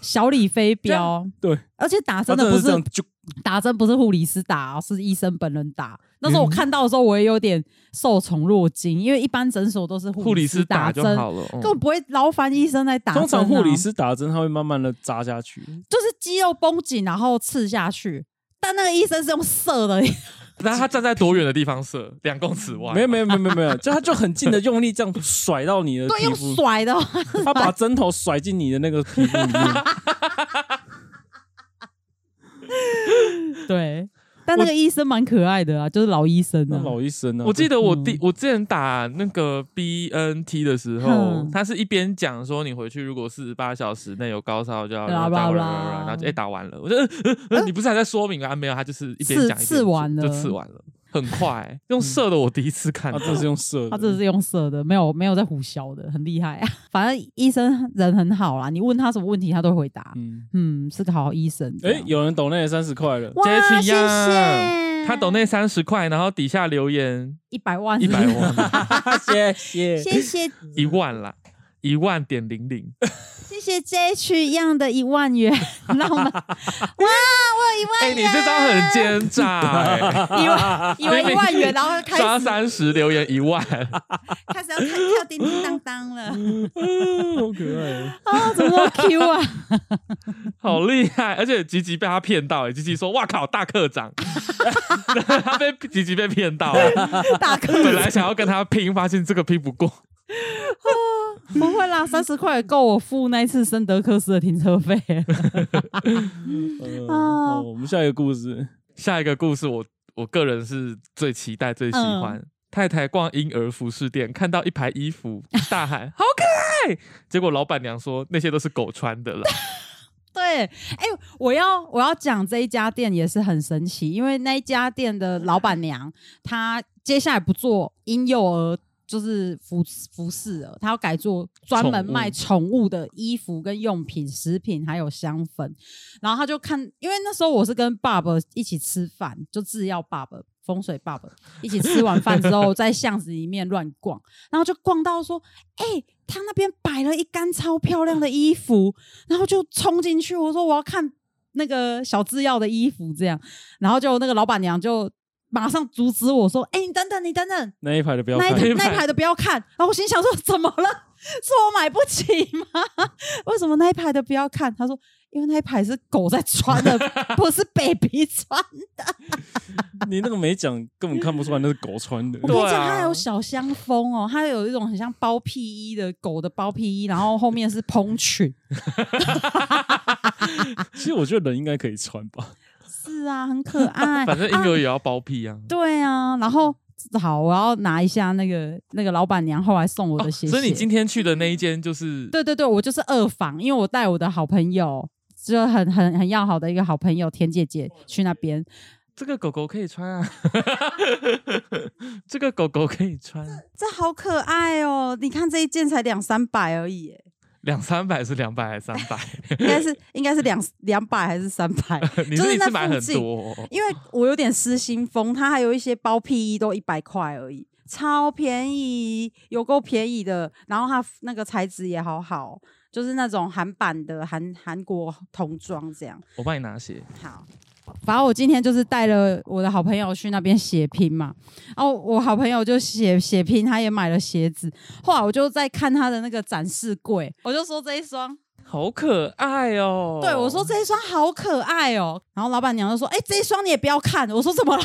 S1: 小李飞
S2: 这样
S1: 镖，
S3: 对，
S1: 而且打
S3: 他
S1: 啊针的不
S3: 是这
S1: 是
S3: 样就
S1: 打针不是护理师打、哦，是医生本人打。那时候我看到的时候，我也有点受宠若惊，因为一般诊所都是
S2: 护理师
S1: 师
S2: 打就
S1: 针，
S2: 好了。嗯
S1: 根本不会劳烦医生来打针啊、
S3: 通常护理师打针，他会慢慢的扎下去，
S1: 就是肌肉绷紧，然后刺下去。但那个医生是用射的，
S2: 那他站在多远的地方射？两公尺外？
S3: 没有没有没有没有没 有，就他就很近的用力这样甩到你的
S1: 对，
S3: 皮
S1: 用
S3: 肤，
S1: 甩的哦，
S3: 他把针头甩进你的那个皮肤里面，
S1: 对。但那个医生蛮可爱的啊，就是老医生
S3: 那
S1: 啊。
S3: 老医生呢？
S2: 我记
S3: 得
S2: 得我
S1: 嗯
S2: 第、我之前打那个 BNT 的时候
S1: 嗯，
S2: 他是一边讲说你回去如果四十八小时内有高烧就要
S1: 啦啦
S2: 打完
S1: 啦
S2: 然后就哎、打完了，我就、呃呃呃你不是还在说明吗啊？没有，他就是一边
S1: 刺
S2: 讲一边
S1: 刺完
S2: 做就
S1: 了哦
S2: 刺完了，很快、用射的我第一次看
S3: 他
S2: 到，
S3: 这是用射的，
S1: 他真的是用射的，没有没有在胡笑的，很厉害啊。 反正医生人很好啦，你问他什么问题，他都会回答。
S3: 嗯，
S1: 嗯，是个好医生。
S3: 哎、
S1: 这样
S3: 有人抖那三十块了，
S1: 哇，
S2: Jackie
S1: 谢
S2: 呀
S1: 谢。
S2: 他抖那三十块，然后底下留言
S1: 一百万，
S2: 一百，万
S3: 谢谢
S1: 谢谢
S2: 一万啦，一万点零零，
S1: 谢谢 J 区一样的一万 元，让我们哇，我有一
S2: 哎、
S1: 万
S2: 你这招很奸诈、哎
S1: 以 为以为一万元，然后开
S2: 刷
S1: 始
S2: 三十留言一万，
S1: 开始要跳跳叮叮当当了
S3: 好可爱哦。
S1: 啊！怎么那么 Q 啊？
S2: 好厉害！而且吉吉被他骗到、哎，吉吉说：“哇靠，大课长！” 他被吉吉被骗到、哎
S1: 大哥，
S2: 本来想要跟他拼，发现这个拼不过。
S1: 不会啦，三十块也够我付那一次森德克斯的停车费。
S3: 呃
S1: 啊
S3: 好，我们下一个故事，
S2: 下一个故事我，我个人是最期待、最喜欢。太太逛婴儿服饰店，看到一排衣服，大喊“好可爱”，结果老板娘说那些都是狗穿的了。
S1: 对，哎、我要我要讲这一家店也是很神奇，因为那一家店的老板娘她接下来不做婴幼儿就是服服饰了，她要改做专门
S2: 宠物
S1: 卖宠物的衣服跟用品、食品还有香粉。然后她就看，因为那时候我是跟爸爸一起吃饭，就制药爸爸。风水爸爸一起吃完饭之 后，在巷子里面乱逛，然后就逛到说：“哎、他那边摆了一杆超漂亮的衣服，然后就冲进去，我说我要看那个小制药的衣服，这样，然后就那个老板娘就马上阻止我说：“哎、你等等，你等等，
S3: 那一排的不要
S1: 那
S3: 看，
S1: 一
S2: 看
S1: 那一排的不要看。”然后我心想说：“怎么了？是我买不起吗？ 为什么那一排的不要看？”他说：“因为那一排是狗在穿的，不是 baby 穿。
S3: 你那个没讲，根本看不出来那是狗穿的。
S1: 我跟你
S2: 对
S1: 讲，
S2: 啊
S1: 它还有小香风哦，它有一种很像包屁衣的狗的包屁衣，然后后面是蓬裙。
S3: 其实我觉得人应该可以穿吧，
S1: 是啊，很可爱。
S2: 反正婴
S1: 啊
S2: 儿也要包屁啊。
S1: 对啊，然
S2: 嗯
S1: 后好，我要拿一下那个那个老板娘后来送我的鞋、
S2: 哦所以你今天去的那一间就是
S1: 对对对，我就是二房，因为我带我的好朋友，就很很很要好的一个好朋友田姐姐去那
S2: 哦
S1: 边，
S2: 这个狗狗可以穿啊， 这个狗狗可以穿，啊
S1: 这好可爱哦！你看这一件才两三百而已耶，
S2: 两三百是两百还是三 百？
S1: 应该是应该是两两百还是三百？
S2: 你
S1: 就是是
S2: 一
S1: 那
S2: 次买
S1: 附
S2: 很
S1: 近
S2: 多哦、
S1: 因为我有点失心疯，它还有一些包屁衣都一百块而已，超便宜，有够便宜的。然后它那个材质也好好，就是那种韩版的韩韩国童装这样。
S2: 我帮你拿鞋，
S1: 好，反正我今天就是带了我的好朋友去那边血拼嘛，然后我好朋友就血血拼，他也买了鞋子。后来我就在看他的那个展示柜，我就说这一双，
S2: 好可爱哦。
S1: 对我说这一双好可爱哦。然后老板娘就说：“哎、这一双你也不要看。”我说：“怎么了？”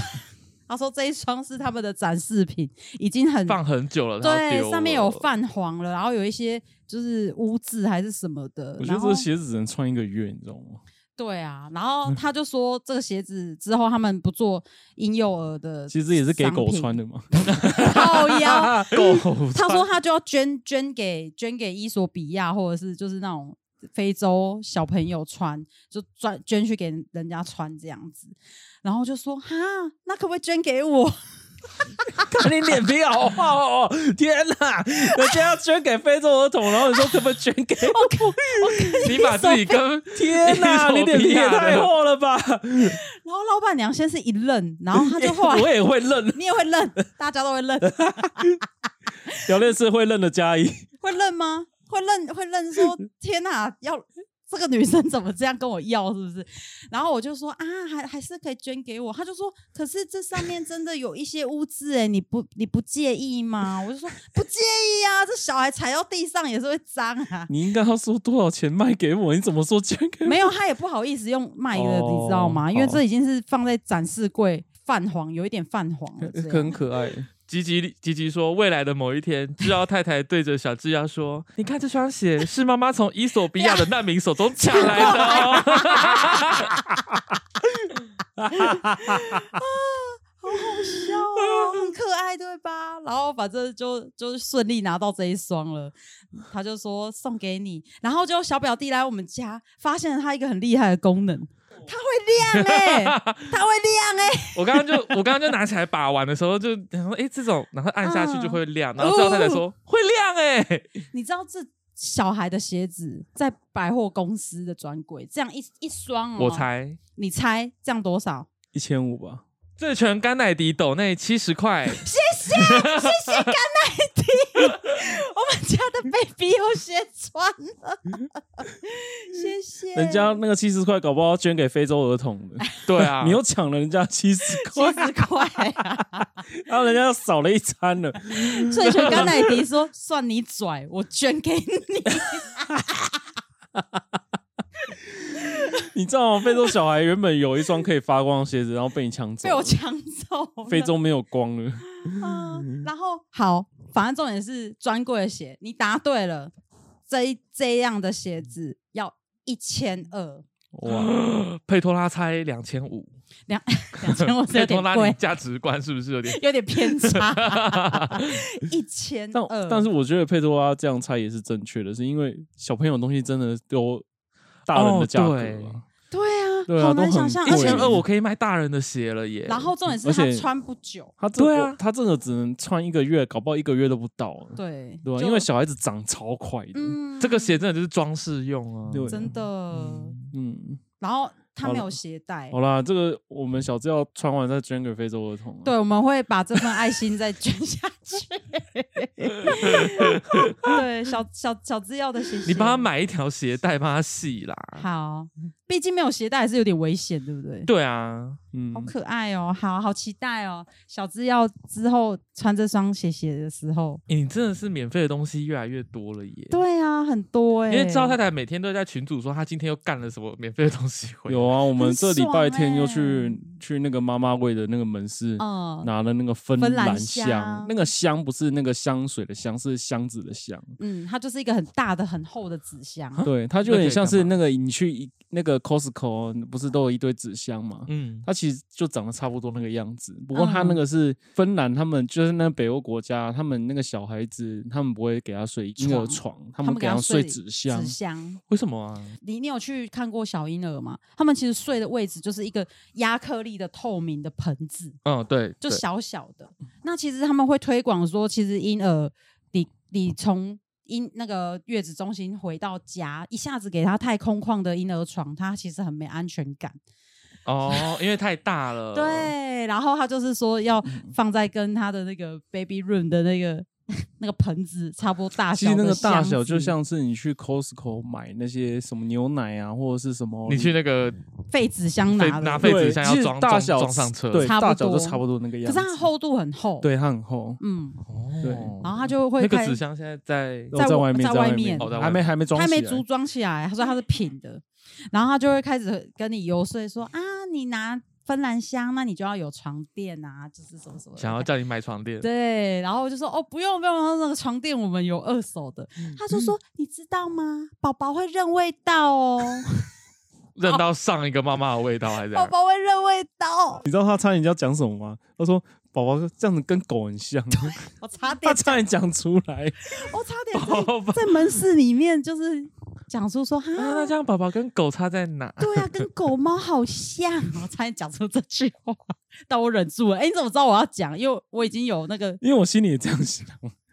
S1: 他说：“这一双是他们的展示品，已经很
S2: 放很久了，然后丢
S1: 对，上面有
S2: 了
S1: 泛黄了，然后有一些就是污渍还是什么的。
S3: 我觉
S1: 然
S3: 得这
S1: 后
S3: 个鞋嗯子只能穿一个月，你知道吗？
S1: 对啊，然后他就说这个鞋子之后他们不做婴幼儿的，
S3: 其实也是给狗穿的嘛。
S1: 靠腰。嗯
S2: 狗。
S1: 他说他就要捐捐给捐给伊索比亚或者是就是那种非洲小朋友穿，就专捐去给人家穿这样子。然后就说哈，那可不可以捐给我？
S3: 看你脸皮好厚哦！天哪，人家要捐给非洲儿童，然后你说可不可以捐给？
S2: 你把自己跟
S3: 天哪，你脸皮也太厚了吧！
S1: 然后老板娘先是一愣，然后他就后来
S3: 我也会愣，
S1: 你也会愣，大家都会愣，
S3: 表列是会愣的加一。
S1: 会愣吗？会愣会愣 说天哪，要这个女生怎么这样跟我要是不是？然后我就说啊，还还是可以捐给我。他就说，可是这上面真的有一些污渍哎、你不你不介意吗？我就说不介意啊，这小孩踩到地上也是会脏啊。
S3: 你应该要说多少钱卖给我？你怎么说捐给我？
S1: 没有，他也不好意思用卖的，
S3: 哦
S1: 你知道吗？因为
S3: 好
S1: 这已经是放在展示柜泛黄，有一点泛黄了这样。
S3: 很可爱，
S2: 吉吉吉吉说，未来的某一天，智瑶太太对着小智瑶说：“你看这双鞋是妈妈从伊索比亚的难民手中抢来的哦。
S1: 好好笑哦，很可爱，对吧？然后反正就就是顺利拿到这一双了，他就说送给你，然后就小表弟来我们家，发现了他一个很厉害的功能，它会亮 哎、 它会亮哎、欸，”
S2: 哦我刚刚就我刚刚就拿起来把玩的时候，就然后哎这种，然后按下去就会亮，然后智瑶太太
S1: 哦
S2: 说：“会亮哎、
S1: 你知道这小孩的鞋子在百货公司的专柜，这样一一双、哦，
S2: 我，猜
S1: 你猜这样多少？
S3: 一千五吧。
S2: 醉拳甘乃迪斗内七十 块，
S1: 我们家的 baby 有鞋穿了，谢谢
S3: 人家那个七十块，搞不好捐给非洲儿童的。
S2: 对啊，
S3: 你又抢了人家 七十
S1: 七
S3: 块，
S1: 十块啊。
S3: 然后人家又少了一餐了。
S1: 醉拳甘乃迪说：“算你拽，我捐 给你。
S3: 你知道吗？非洲小孩原本有一双可以发光的鞋子，然后被你抢”走
S1: 被我
S3: 了。
S1: 抢走了。
S3: 非洲没有光 了，
S1: 啊！
S3: 嗯
S1: 然后好，反正重点是专柜的鞋，你答对了，这一这样的鞋子要一千 二，
S3: 哇！
S2: 佩托拉猜两千五，
S1: 两两千我是有
S2: 佩托
S1: 点
S2: 拉你
S1: 贵，
S2: 价值观是不是有点？
S1: 有点偏差， 一千
S3: 但
S1: 二。
S3: 但是我觉得佩托拉这样猜也是正确的，是因为小朋友的东西真的都大人的价格
S2: 哦对
S1: 对啊，
S3: 啊、对啊
S1: 好
S3: 都
S1: 难
S3: 很
S1: 想象，
S3: 贵
S1: 而
S2: 一
S1: 且
S2: 千二我可以买大人的鞋了耶。
S1: 然后重点是
S3: 而
S1: 他
S3: 且
S1: 穿不久，
S3: 他这个
S2: 对啊
S3: 他真的只能穿一个月，搞不好一个月都不到啊，
S1: 对
S3: 对吧、
S1: 就
S3: 因为小孩子长超快的，
S1: 嗯，
S2: 这个鞋真的就是装饰用啊。
S3: 对，
S1: 真的，
S3: 嗯，
S1: 然后他
S3: 好
S1: 没
S3: 了
S1: 有鞋带，
S3: 好啦，这个我们小智要穿完再捐给非洲儿童、啊。
S1: 对，我们会把这份爱心再捐下 去。对，小小小资要的鞋，
S2: 你帮他。买一条鞋带，帮他系啦。
S1: 好，毕竟没有鞋带还是有点危险，对不对？
S2: 对啊，
S3: 嗯
S1: 好，可爱哦，好好期待哦！小资要之后穿这双鞋鞋的时候，
S2: 欸你真的是免费的东西越来越多了耶。
S1: 对啊，很多哎、
S2: 因为赵太太每天都在群组说她今天又干了什么免费的东西回来
S3: 有啊，我们这礼拜天又
S1: 很欸
S3: 去、去那个妈妈味的那个门市。
S1: 嗯
S3: 拿了那个芬
S1: 芬兰
S3: 兰
S1: 香
S3: 那个香不是那个香水的香，是箱子的香。
S1: 嗯，它就是一个很大的、很厚的纸箱，
S3: 对，它就
S2: 啊
S3: 有
S2: 那可以
S3: 点像
S2: 干
S3: 是
S2: 嘛
S3: 那个你去一那个 Costco 不是都有一堆纸箱嘛？
S2: 嗯，
S3: 它其实就长得差不多那个样子，不过它
S1: 嗯
S3: 那个是芬兰，他们就是那北欧国家，他们那个小孩子他们不会给他睡婴儿床，他
S1: 他
S3: 们
S1: 给
S3: 他
S1: 它
S3: 睡
S1: 睡
S3: 纸箱
S1: 纸。箱，
S2: 为什么啊？
S1: 你你有去看过小婴儿吗？他们其实睡的位置就是一个亚克力的透明的盆子，
S2: 嗯，对，
S1: 就
S2: 对
S1: 小小的。
S3: 嗯
S1: 那其实他们会推广说，其实婴儿你你从婴那个月子中心回到家，一下子给他太空旷的婴儿床，他其实很没安全感。
S2: 哦，因为太大
S3: 呃
S2: 了。
S3: 嗯
S1: 对，然后他就是说要放在跟他的那个 baby room 的那个。那个盆子差不多大
S3: 其
S1: 小
S3: 实
S1: 的
S3: 那
S1: 箱子，
S3: 个大小就像是你去 Costco 买那些什么牛奶啊，或者是什么，
S2: 你去那个
S1: 废纸箱
S2: 废
S1: 拿
S2: 拿
S1: 的，
S2: 废
S3: 对
S2: 纸箱要
S3: 其实
S2: 装
S3: 大
S2: 装
S3: 小
S2: 装上车
S3: 对，
S1: 差不
S3: 大小就
S1: 多
S3: 差不多那个
S1: 可是
S3: 样子。
S1: 它厚度很厚，，
S3: 对，它很厚，
S1: 嗯，
S3: 对
S1: 然后它就会
S2: 那个
S1: 开
S2: 纸箱现在在
S1: 在
S3: 在
S1: 我
S3: 外面，
S1: 在外
S3: 外
S1: 面
S2: 哦在外
S3: 还没还没装
S1: 他
S3: 起来，
S1: 没组装起来，他说他是品的，然后他就会开始跟你游说说啊，你拿芬兰香，那你就要有床垫啊，就是什么什么的
S2: 想要叫你买床垫，
S1: 对，然后我就说哦，不用不用，他说那个床垫我们有二手的。
S3: 嗯
S1: 他就说你知道吗？宝宝会认味道 哦，
S2: 认到上一个妈妈的味道还是怎
S1: 宝
S3: 啊
S2: 样？
S1: 宝会认味道。哦
S3: 你知道他差点要讲什么吗？他说：“宝宝这样子跟狗很像。
S1: 我差”点
S3: 他，差点讲出来，
S1: 我差 点
S2: 宝嗯
S1: 在
S2: 宝
S1: 在门市里面就是讲出 说
S2: 啊，那
S1: 哈，
S2: 这样宝宝跟狗差在哪？
S1: 对啊，跟狗猫好像。 我差点讲出这句话，但我忍住了。哎，你怎么知道我要讲？因为我已经有那个
S3: 因为我心里也这 样想。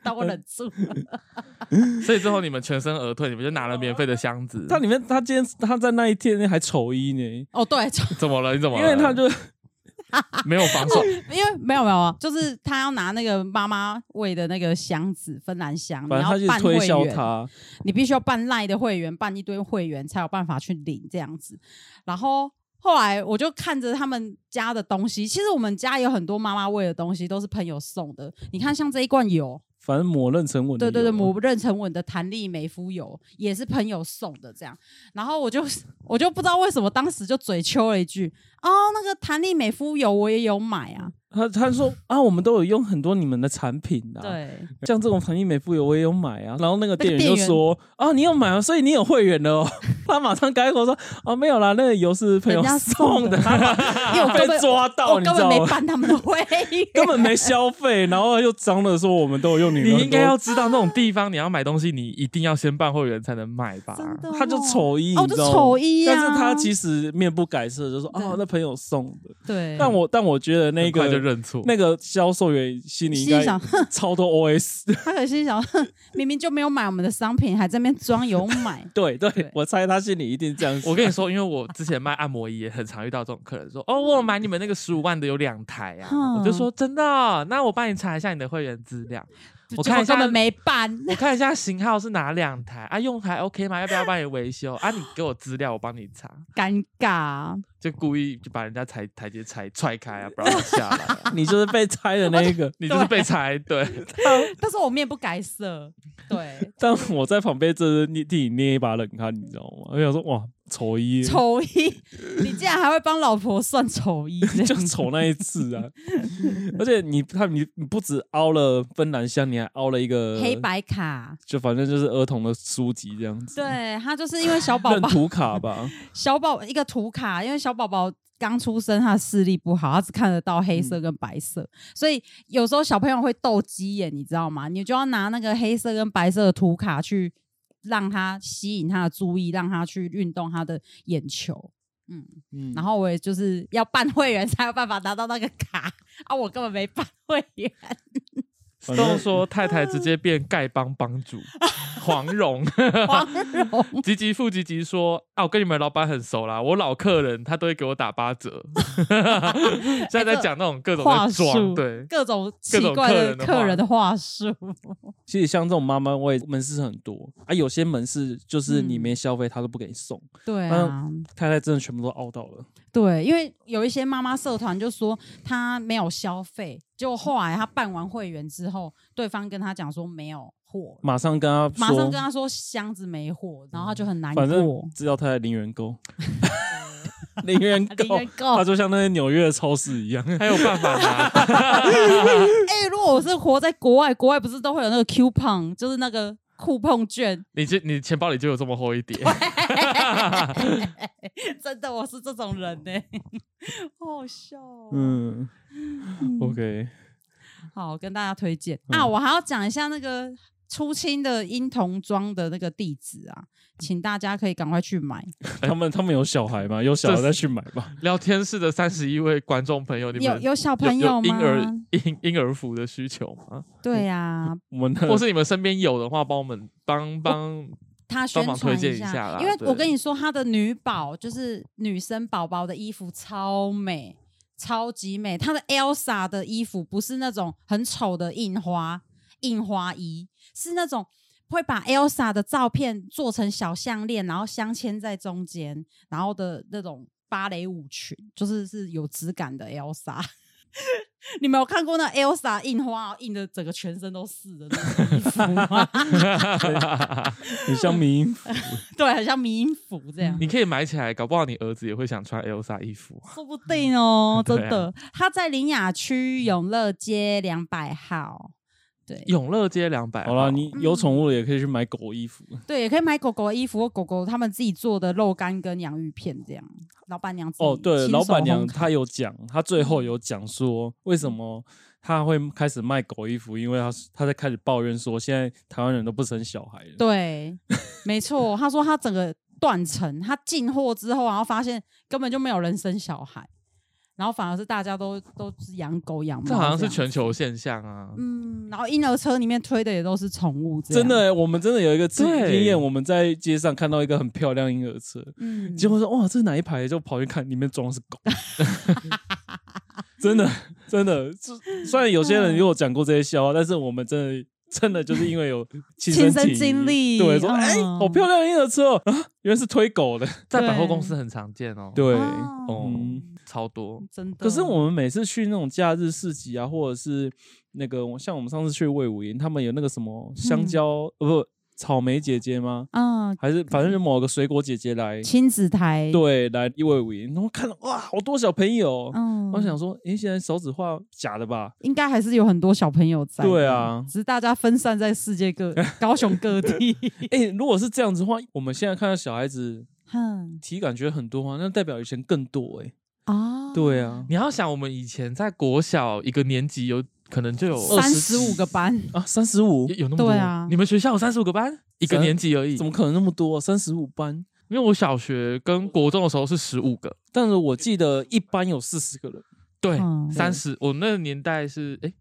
S1: 但我
S3: 嗯
S1: 忍住了。
S2: 所以最后你们全身而退，你们就拿了免费的箱子。
S3: 他里面，他今天他在那一天还丑衣呢，
S1: 哦，对，
S2: 怎么了？你怎么
S3: 因
S2: 了？
S3: 为他就
S2: 没有 防守，
S1: 因为没有没有啊，就是他要拿那个妈妈喂的那个箱子，芬兰箱，你
S3: 反
S1: 要
S3: 正他就
S1: 办
S3: 推
S1: 会
S3: 销
S1: 员，
S3: 他，
S1: 你必须要办赖的会员，办一堆会员才有办法去领这样子。然后后来我就看着他们家的东西，其实我们家有很多妈妈喂的东西都是朋友送的。你看，像这一罐油，
S3: 反正抹认成吻的
S1: 对
S3: 油。
S1: 对对，抹认成吻的弹力美肤油也是朋友送的，这样。然后我就 我就不知道为什么当时就嘴抽了一句：“哦，那个弹力美肤油我也有买啊。
S3: 他他说啊，我们都有用很多你们的产品啊的、，
S1: 对，
S3: 像这种防疫美肤油我也有买啊。然后那个店员
S1: 那个
S3: 就
S1: 店员
S3: 说啊，你有买啊，所以你有会员的哦。 他马上改口说啊，没有啦，那个油是朋友
S1: 人家
S3: 送
S1: 送
S3: 的
S1: 的，因为我根
S3: 被
S1: 本
S3: 抓到，
S1: 我
S3: 你
S1: 根
S3: 知
S1: 本
S3: 道
S1: 没
S3: 吗？，
S1: 办他们的会员
S3: 根本没消费，然后又脏了说我们都有用你们
S2: 你
S3: 很多，
S2: 应该要知道那种地方你要买东西，你一定要先办会员才能买吧？
S1: 真的、
S3: 他就。丑衣，
S1: 哦
S3: 你知道吗
S1: 就丑衣啊
S3: 但是他其实面不改色，就说
S1: 对
S3: 哦，那朋友送的。
S1: 对，
S3: 但我但我觉得那
S2: 很快就
S3: 个
S2: 认错。
S3: 那个销售员心里应
S1: 心里
S3: 该
S1: 想，哼，
S3: 超多 OS。。
S1: 他可心里想，哼，明明就没有买我们的商品，还在那边装有买
S3: 对对
S1: 对，
S3: 我猜他心里一定这样想。
S2: 我跟你说，因为我之前卖按摩椅也很常遇到这种客人 说，哦，我有买你们那个十五万的有两台啊，
S1: 哼
S2: 我就说真的哦、那我帮你查一下你的会员资料，我
S1: 结
S2: 看
S1: 果
S2: 一下
S1: 根本没办，
S2: 我看一下型号是哪两台啊，用还 OK 吗？要不要帮你维修啊？你给我资料，我帮你查，
S1: 尴尬。啊
S2: 就故意就把人家台台阶拆踹开啊，不让你下来啊、，
S3: 你就是被拆的那一个
S2: 你就是被拆，对，
S1: 但是我面不改色，对，
S3: 但我在旁边真是替你捏一把冷汗，你知道吗？我想说哇，丑衣
S1: 丑衣， 你竟然还会帮老婆算丑衣，这样
S3: 就 丑那一次啊！而且你他你你不止凹了芬兰香，你还凹了一个
S1: 黑，白卡，
S3: 就反正就是儿童的书籍这样子，
S1: 对他就是因为小宝
S3: 认
S1: 宝，
S3: 图 卡吧，
S1: 小宝一个图卡，因为小宝宝刚出生，他的视力不好，他只看得到黑色跟白色，所以有时候小朋友会斗鸡眼，你知道吗？你就要拿那个黑色跟白色的图卡去让他吸引他的注意，让他去运动他的眼球。嗯，
S3: 嗯
S1: 然后我也就是要办会员才有办法拿到那个卡啊，我根本没办会 员。
S3: 反
S2: 都
S3: 正
S2: 说太太直接变丐帮帮主黄蓉。
S1: 黄蓉，
S2: 吉吉富吉吉说：“啊，我跟你们老板很熟啦，我老客人他都会给我打八折。” 现在在讲那种各种
S1: 哎话
S2: 在
S1: 术，
S2: 装，对，
S1: 各种奇
S2: 各种
S1: 怪
S2: 客
S1: 的
S2: 人的话
S1: 客人的话术，
S3: 其实像这种妈妈味门市很多啊，有些门市就是你没消费，他都不给你送。
S1: 对啊，
S3: 太太真的全部都凹到了，
S1: 对，因为有一些妈妈社团就说她没有消费，结果后来她办完会员之后，对方跟她讲说没有货，
S3: 马上跟他
S1: 马上
S3: 说
S1: 跟，她说箱子没货，然后她就很难
S3: 反
S1: 过
S3: 正。知道太太零元 购，零元
S1: 零
S3: 购
S1: 元，购
S3: 他，就像那些纽约的超市一样。
S2: 还有办法拿。
S1: 哎、如果我是活在国外，国外不是都会有那个 coupon，就是那个酷碰券，
S2: 你这你钱包里就有这么厚一叠，
S1: 真的，我是这种人呢、 好好笑、哦。
S3: 嗯，OK，
S1: 好，跟大家推荐、
S2: 嗯
S1: 啊！我还要讲一下那个初清的婴童装的那个地址啊，
S2: 嗯
S1: 请大家可以赶快去买。
S3: 他们他们有小孩吗？有小孩
S2: 这是
S3: 再去买吧。
S2: 聊天室的三十一位观众朋友，你
S1: 有
S2: 们
S1: 有小
S2: 有
S1: 朋友
S2: 有婴儿嗯
S1: 吗？
S2: 婴婴儿服的需求吗？
S1: 对啊呀、
S3: 我们
S2: 或
S3: 那
S2: 是你们身边有的话，帮我们帮帮
S1: 他宣
S2: 帮忙推
S1: 传
S2: 荐一下
S1: 下
S2: 啦，
S1: 因为
S2: 对
S1: 我跟你说，他的女宝就是女生宝宝的衣服超美，超级美。她的 Elsa 的衣服不是那种很丑的印花。印花衣，是那种会把 Elsa 的照片做成小项链，然后镶嵌在中间，然后的那种芭蕾舞裙，就是是有质感的 Elsa。你们有看过那 Elsa 印花印的整个全身都是的那种衣服吗？
S3: 你像迷 音服，
S1: 对，很像迷音服这样。
S2: 你可以买起来，搞不好你儿子也会想穿 Elsa 衣服啊。
S1: 说不定 哦，真
S2: 对啊
S1: 的，他在林雅区永乐街两百号，对
S2: 永乐街两百。
S3: 好了，你有宠物了也可以去买狗衣服。
S1: 对，也可以买狗狗的衣服或狗狗他们自己做的肉干跟洋芋片这样。老板娘自己
S3: 哦，对，
S1: 亲手
S3: 老板娘
S1: 烘烤
S3: 她有讲，她最后有讲说为什么她会开始卖狗衣服，因为她她在开始抱怨说现在台湾人都不生小孩了。
S2: 啊
S1: 对，没错，她说她整个断层，她进货之后，然后发现根本就没有人生小孩，然后反而是大家都都是养狗养猫，
S2: 这好像是全。球现象啊。
S1: 嗯，然后婴儿车里面推的也都是宠物，
S3: 真的、，欸，我们真的有一个经
S2: 对
S3: 经验，我们在街上看到一个很漂亮婴儿车，
S1: 嗯，
S3: 结果说哇，这是哪一排？就跑去看，里面装的是狗。 真的，真的，这虽然有些
S1: 嗯
S3: 人也有讲过这些笑话，但是我们真的。真的就是因为有亲
S1: 亲身
S3: 身
S1: 经历
S3: 对，说哎、
S1: 嗯
S3: 好漂亮的婴儿车哦、啊，原来是推狗的，
S2: 在
S1: 对
S2: 百货公司很常见哦。，
S3: 对，
S1: 哦，
S2: 哦，
S3: 嗯
S2: 超多。
S1: 真的。
S3: 可是我们每次去那种假日市集啊，或者是那个我像我们上次去魏武营，他们有那个什么香蕉、呃不草莓姐姐吗？
S1: 嗯，
S3: 还是反正就某个水果姐姐来，
S1: 亲子台，，
S3: 对，来魏武营，然后看到哇，好多小朋友，
S1: 嗯，
S3: 我想说，诶、现在少子化假的 吧？
S1: 应该还是有很多小朋友在，
S3: 对啊
S1: 只是大家分散在世界 各高雄各地。
S3: 诶、如果是这样子的话，我们现在看到小孩子
S1: 哼
S3: 体感觉很多啊，那代表以前更多诶、
S1: 啊，
S3: 对啊，
S2: 你要想，我们以前在国小一个年级有可能就有
S1: 三十五个班，
S3: 啊，三十五
S2: 有有那么多
S1: 对啊
S2: 你们学校有三十五个班，一个年级而已
S3: 怎。么可能那么多、啊？三十五班，
S2: 因为我小学跟国中的时候是十五个，
S3: 但是我记得一班有四十个人，
S2: 对
S1: 嗯，
S2: 三十。我那个年代是哎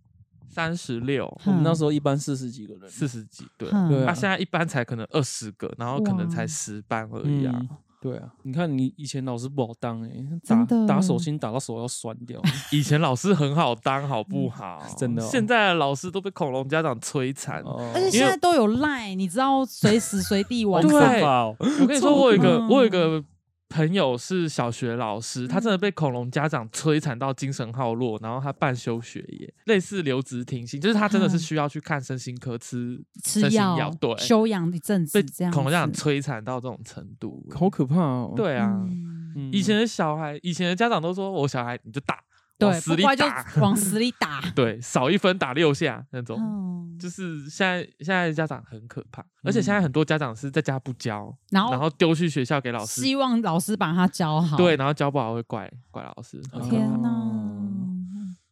S2: 三十六、
S3: 我们那
S1: 哼
S3: 时候一班嗯四十几个人，
S2: 四十几，对。
S1: 哼
S3: 对
S2: 那
S3: 啊
S2: 现在一班才可能二十个，然后可能
S1: 哇
S2: 才十班而已啊
S3: 嗯。对啊，你看你以前老师不好当诶、打
S1: 真的
S3: 打手心打到手要酸 掉，
S2: 以前老师很好当，好
S1: 嗯
S2: 不好？
S3: 真的哦
S2: 现在的老师都被恐龙家长摧残。
S3: 哦
S1: 而且现在都有赖，你知道随时随地
S3: 好
S1: 玩
S2: 对
S3: 可
S1: 上。
S3: 怕哦，
S2: 我跟 你说，我有一个
S1: 嗯嗯
S2: 我有一个朋友是小学老师，他真的被恐龙家长摧残到精神耗弱，然后他办休学业，类似留职停薪，就是他真的是需要去看身心科吃，
S1: 吃
S2: 身心
S1: 药
S2: 药对
S1: 休养一阵
S2: 被
S1: 子，这样
S2: 恐龙家长
S1: 子
S2: 摧残到这种程度。
S3: 好可怕哦。，
S2: 对啊，
S1: 嗯
S3: 嗯
S2: 以前的小孩，以前的家长都说我小孩你就打，往
S1: 对，
S2: 死
S1: 不
S2: 里
S1: 乖就
S2: 打，
S1: 往死里 打。
S2: 对，少一分打六下那种。
S1: 嗯，
S2: 就是现在，现在的家长很可怕，而且现在很多家长是在家不教，
S1: 然
S2: 然
S1: 后
S2: 后丢去学校给老师
S1: 希望老师把他教好。
S2: 对，，然后教不好会怪怪老师。很
S3: 啊
S2: 可怕
S1: 天哪
S3: 哦！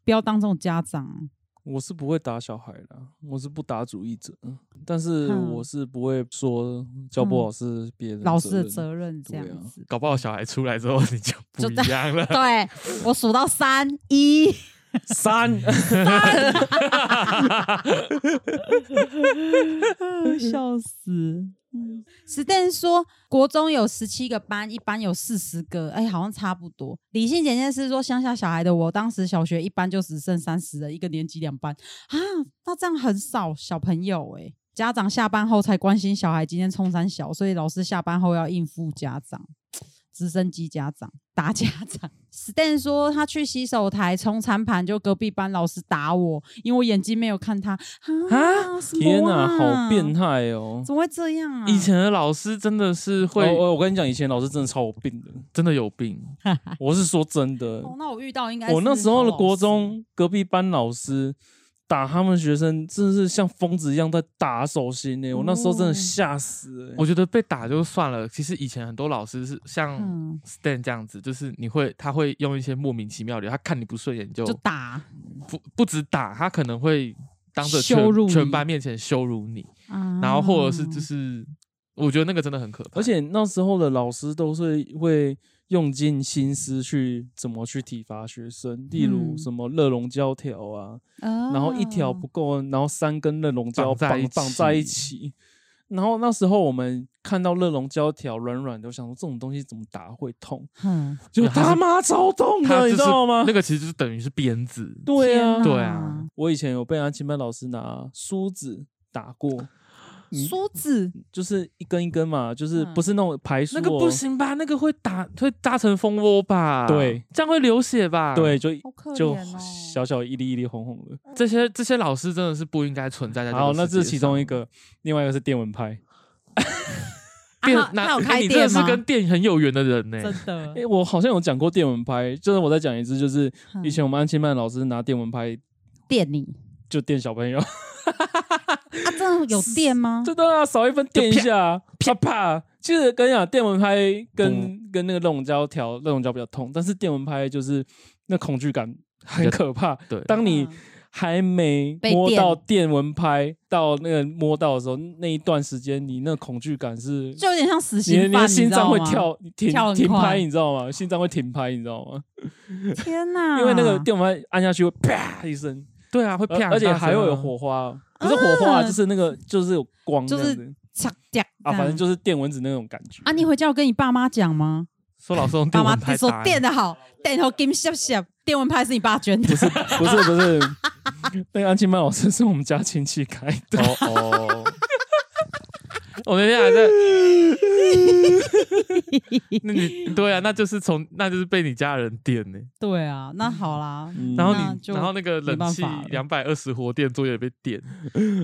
S1: 不要当这种家长。
S3: 我是不会打小孩的，我是不打主义者，但是
S1: 嗯
S3: 我是不会说教不好是别人
S1: 老师的
S3: 责
S1: 责任
S3: 任。
S1: 这
S3: 对
S1: 样
S3: 啊
S1: 子。
S2: 搞不好小孩出来之后 你就不
S1: 就
S2: 一
S1: 这
S2: 样 了。
S1: 对我数到三一，
S3: 三，嗯
S1: 笑死。
S3: 哎
S1: 嗯，Stan 说国中有十七个班，一班有四十个，哎、好像差不多。理性简介是说乡下小孩的我，当时小学一班就只剩三十人，一个年级两班啊，那这样很少小朋友哎、家长下班后才关心小孩今天冲三小，所以老师下班后要应付家长。直升机家长打家长，Stan 说他去洗手台冲餐盘，就隔壁班老师打我，因为我眼睛没有看他啊！什么
S3: 天哪、
S1: 啊
S3: 好变态哦！
S1: 怎么会这样啊？
S2: 以前的老师真的是
S3: 我
S2: 会
S1: 哦
S3: 我我跟你讲，以前老师真的超有病的，
S2: 真的有病，
S1: 嗯
S3: 我是说真的。
S1: 哎哦，那我遇到应该
S3: 我
S1: 是
S3: 那时候
S1: 好
S3: 的
S1: 老
S3: 国
S1: 师
S3: 中隔壁班老师打他们学生，真的是像疯子一样在打手心呢、我那时候真的
S1: 哦
S3: 吓死、欸，
S2: 我觉得被打就算了。其实以前很多老师是像
S1: 嗯
S2: Stan 这样子，就是你会他会用一些莫名其妙的，他看你不顺眼就
S1: 就打
S2: 不不止打，他可能会当着全
S1: 羞辱你
S2: 全班面前羞辱你，
S1: 啊，
S2: 然后或者是就是我觉得那个真的很可怕，
S3: 嗯而且那时候的老师都是会用尽心思去怎么去体罚学生，例如
S1: 嗯啊
S3: 什么热熔胶条啊，
S1: 然
S3: 然后一条啊不够，然后三根热熔胶
S2: 绑在
S3: 绑
S2: 一
S3: 绑在一
S2: 起
S3: 起。然后那时候我们看到热熔胶条软软的，我想说这种东西怎么打会痛？
S1: 嗯，
S3: 就
S2: 它是
S3: 他妈超痛
S2: 它
S3: 的，
S2: 就
S3: 你
S2: 是
S3: 知道吗
S2: 那？个其实就是等于是鞭子，
S3: 对
S1: 天
S3: 啊
S1: 哪，
S2: 对啊，
S3: 我以前有被安亲班老师拿梳子打过，嗯
S1: 梳子
S3: 就是一根一根嘛，就是
S1: 嗯
S3: 不是那种排梳、哦
S2: 那个不。行吧？那个会打会扎成蜂窝吧？
S3: 对，
S2: 这样会流血吧？
S3: 对，，就
S1: 好可
S3: 就
S1: 怜哦
S3: 小小一粒一粒红红的。
S2: 这些这些老师真的是不应该存在在这个
S3: 好，那
S2: 世界
S3: 这是其中一
S2: 上。
S3: 个，另外一个是电蚊拍。
S1: 啊
S2: 店
S1: 他
S2: 那
S1: 他有
S2: 欸
S1: 开
S2: 你真的
S1: 店
S2: 是
S1: 吗？
S2: 跟店很有缘的人呢、
S1: 真的
S3: 哎、，我好像有讲过电蚊拍，就是我再讲一次，就是以
S1: 嗯
S3: 前我们安亲班的老师拿电蚊拍
S1: 电你
S3: 就电小朋 友，
S1: 啊，真的有电吗？
S3: 真的啊，少一分电一下啊，啪啪。其实跟你讲，电蚊拍跟跟那个热熔胶条，热熔胶比较痛，但是电蚊拍就是那恐惧感很可怕。
S2: 对，
S3: 当你
S1: 嗯
S3: 还没
S1: 被
S3: 摸
S1: 电
S3: 到电蚊拍到那个摸到的时候，那一段时间你那恐惧感是
S1: 就有点像死
S3: 你的
S1: 刑
S3: 你
S1: 犯，
S3: 的
S1: 你
S3: 心
S1: 知道
S3: 脏会
S1: 吗。
S3: 跳停
S1: 跳很
S3: 停拍，
S1: 快
S3: 你知道吗？心脏会停拍，你知道吗？
S1: 天哪！
S3: 因为那个电蚊拍按下去会啪一声，
S2: 对啊，会
S3: 而
S2: 啪，
S3: 而且还会有火花，不是
S1: 啊
S3: 火花，就是那个就是有光这
S1: 就
S3: 样
S1: 是
S3: 子
S1: 嚓嚓
S3: 啊，反正就是电蚊子那种感觉
S1: 啊，你回家有跟你爸妈讲吗？
S2: 说老师用
S1: 爸
S2: 电
S1: 妈
S2: 蚊拍
S1: 说
S2: 打你
S1: 电的好，电头给你笑笑，电蚊拍是你爸捐的，
S3: 不是 不是，那个安亲班老师是我们家亲戚开 的，
S2: 哦哦。 我那天 还在，那你对啊，那就是从那就是被你家人电呢、
S1: 对啊，那好啦，
S3: 嗯
S2: 然后
S1: 那
S2: 你
S1: 就
S2: 然后那个冷
S1: 没办
S2: 气
S1: 法了
S2: 两百二十火电桌也被电，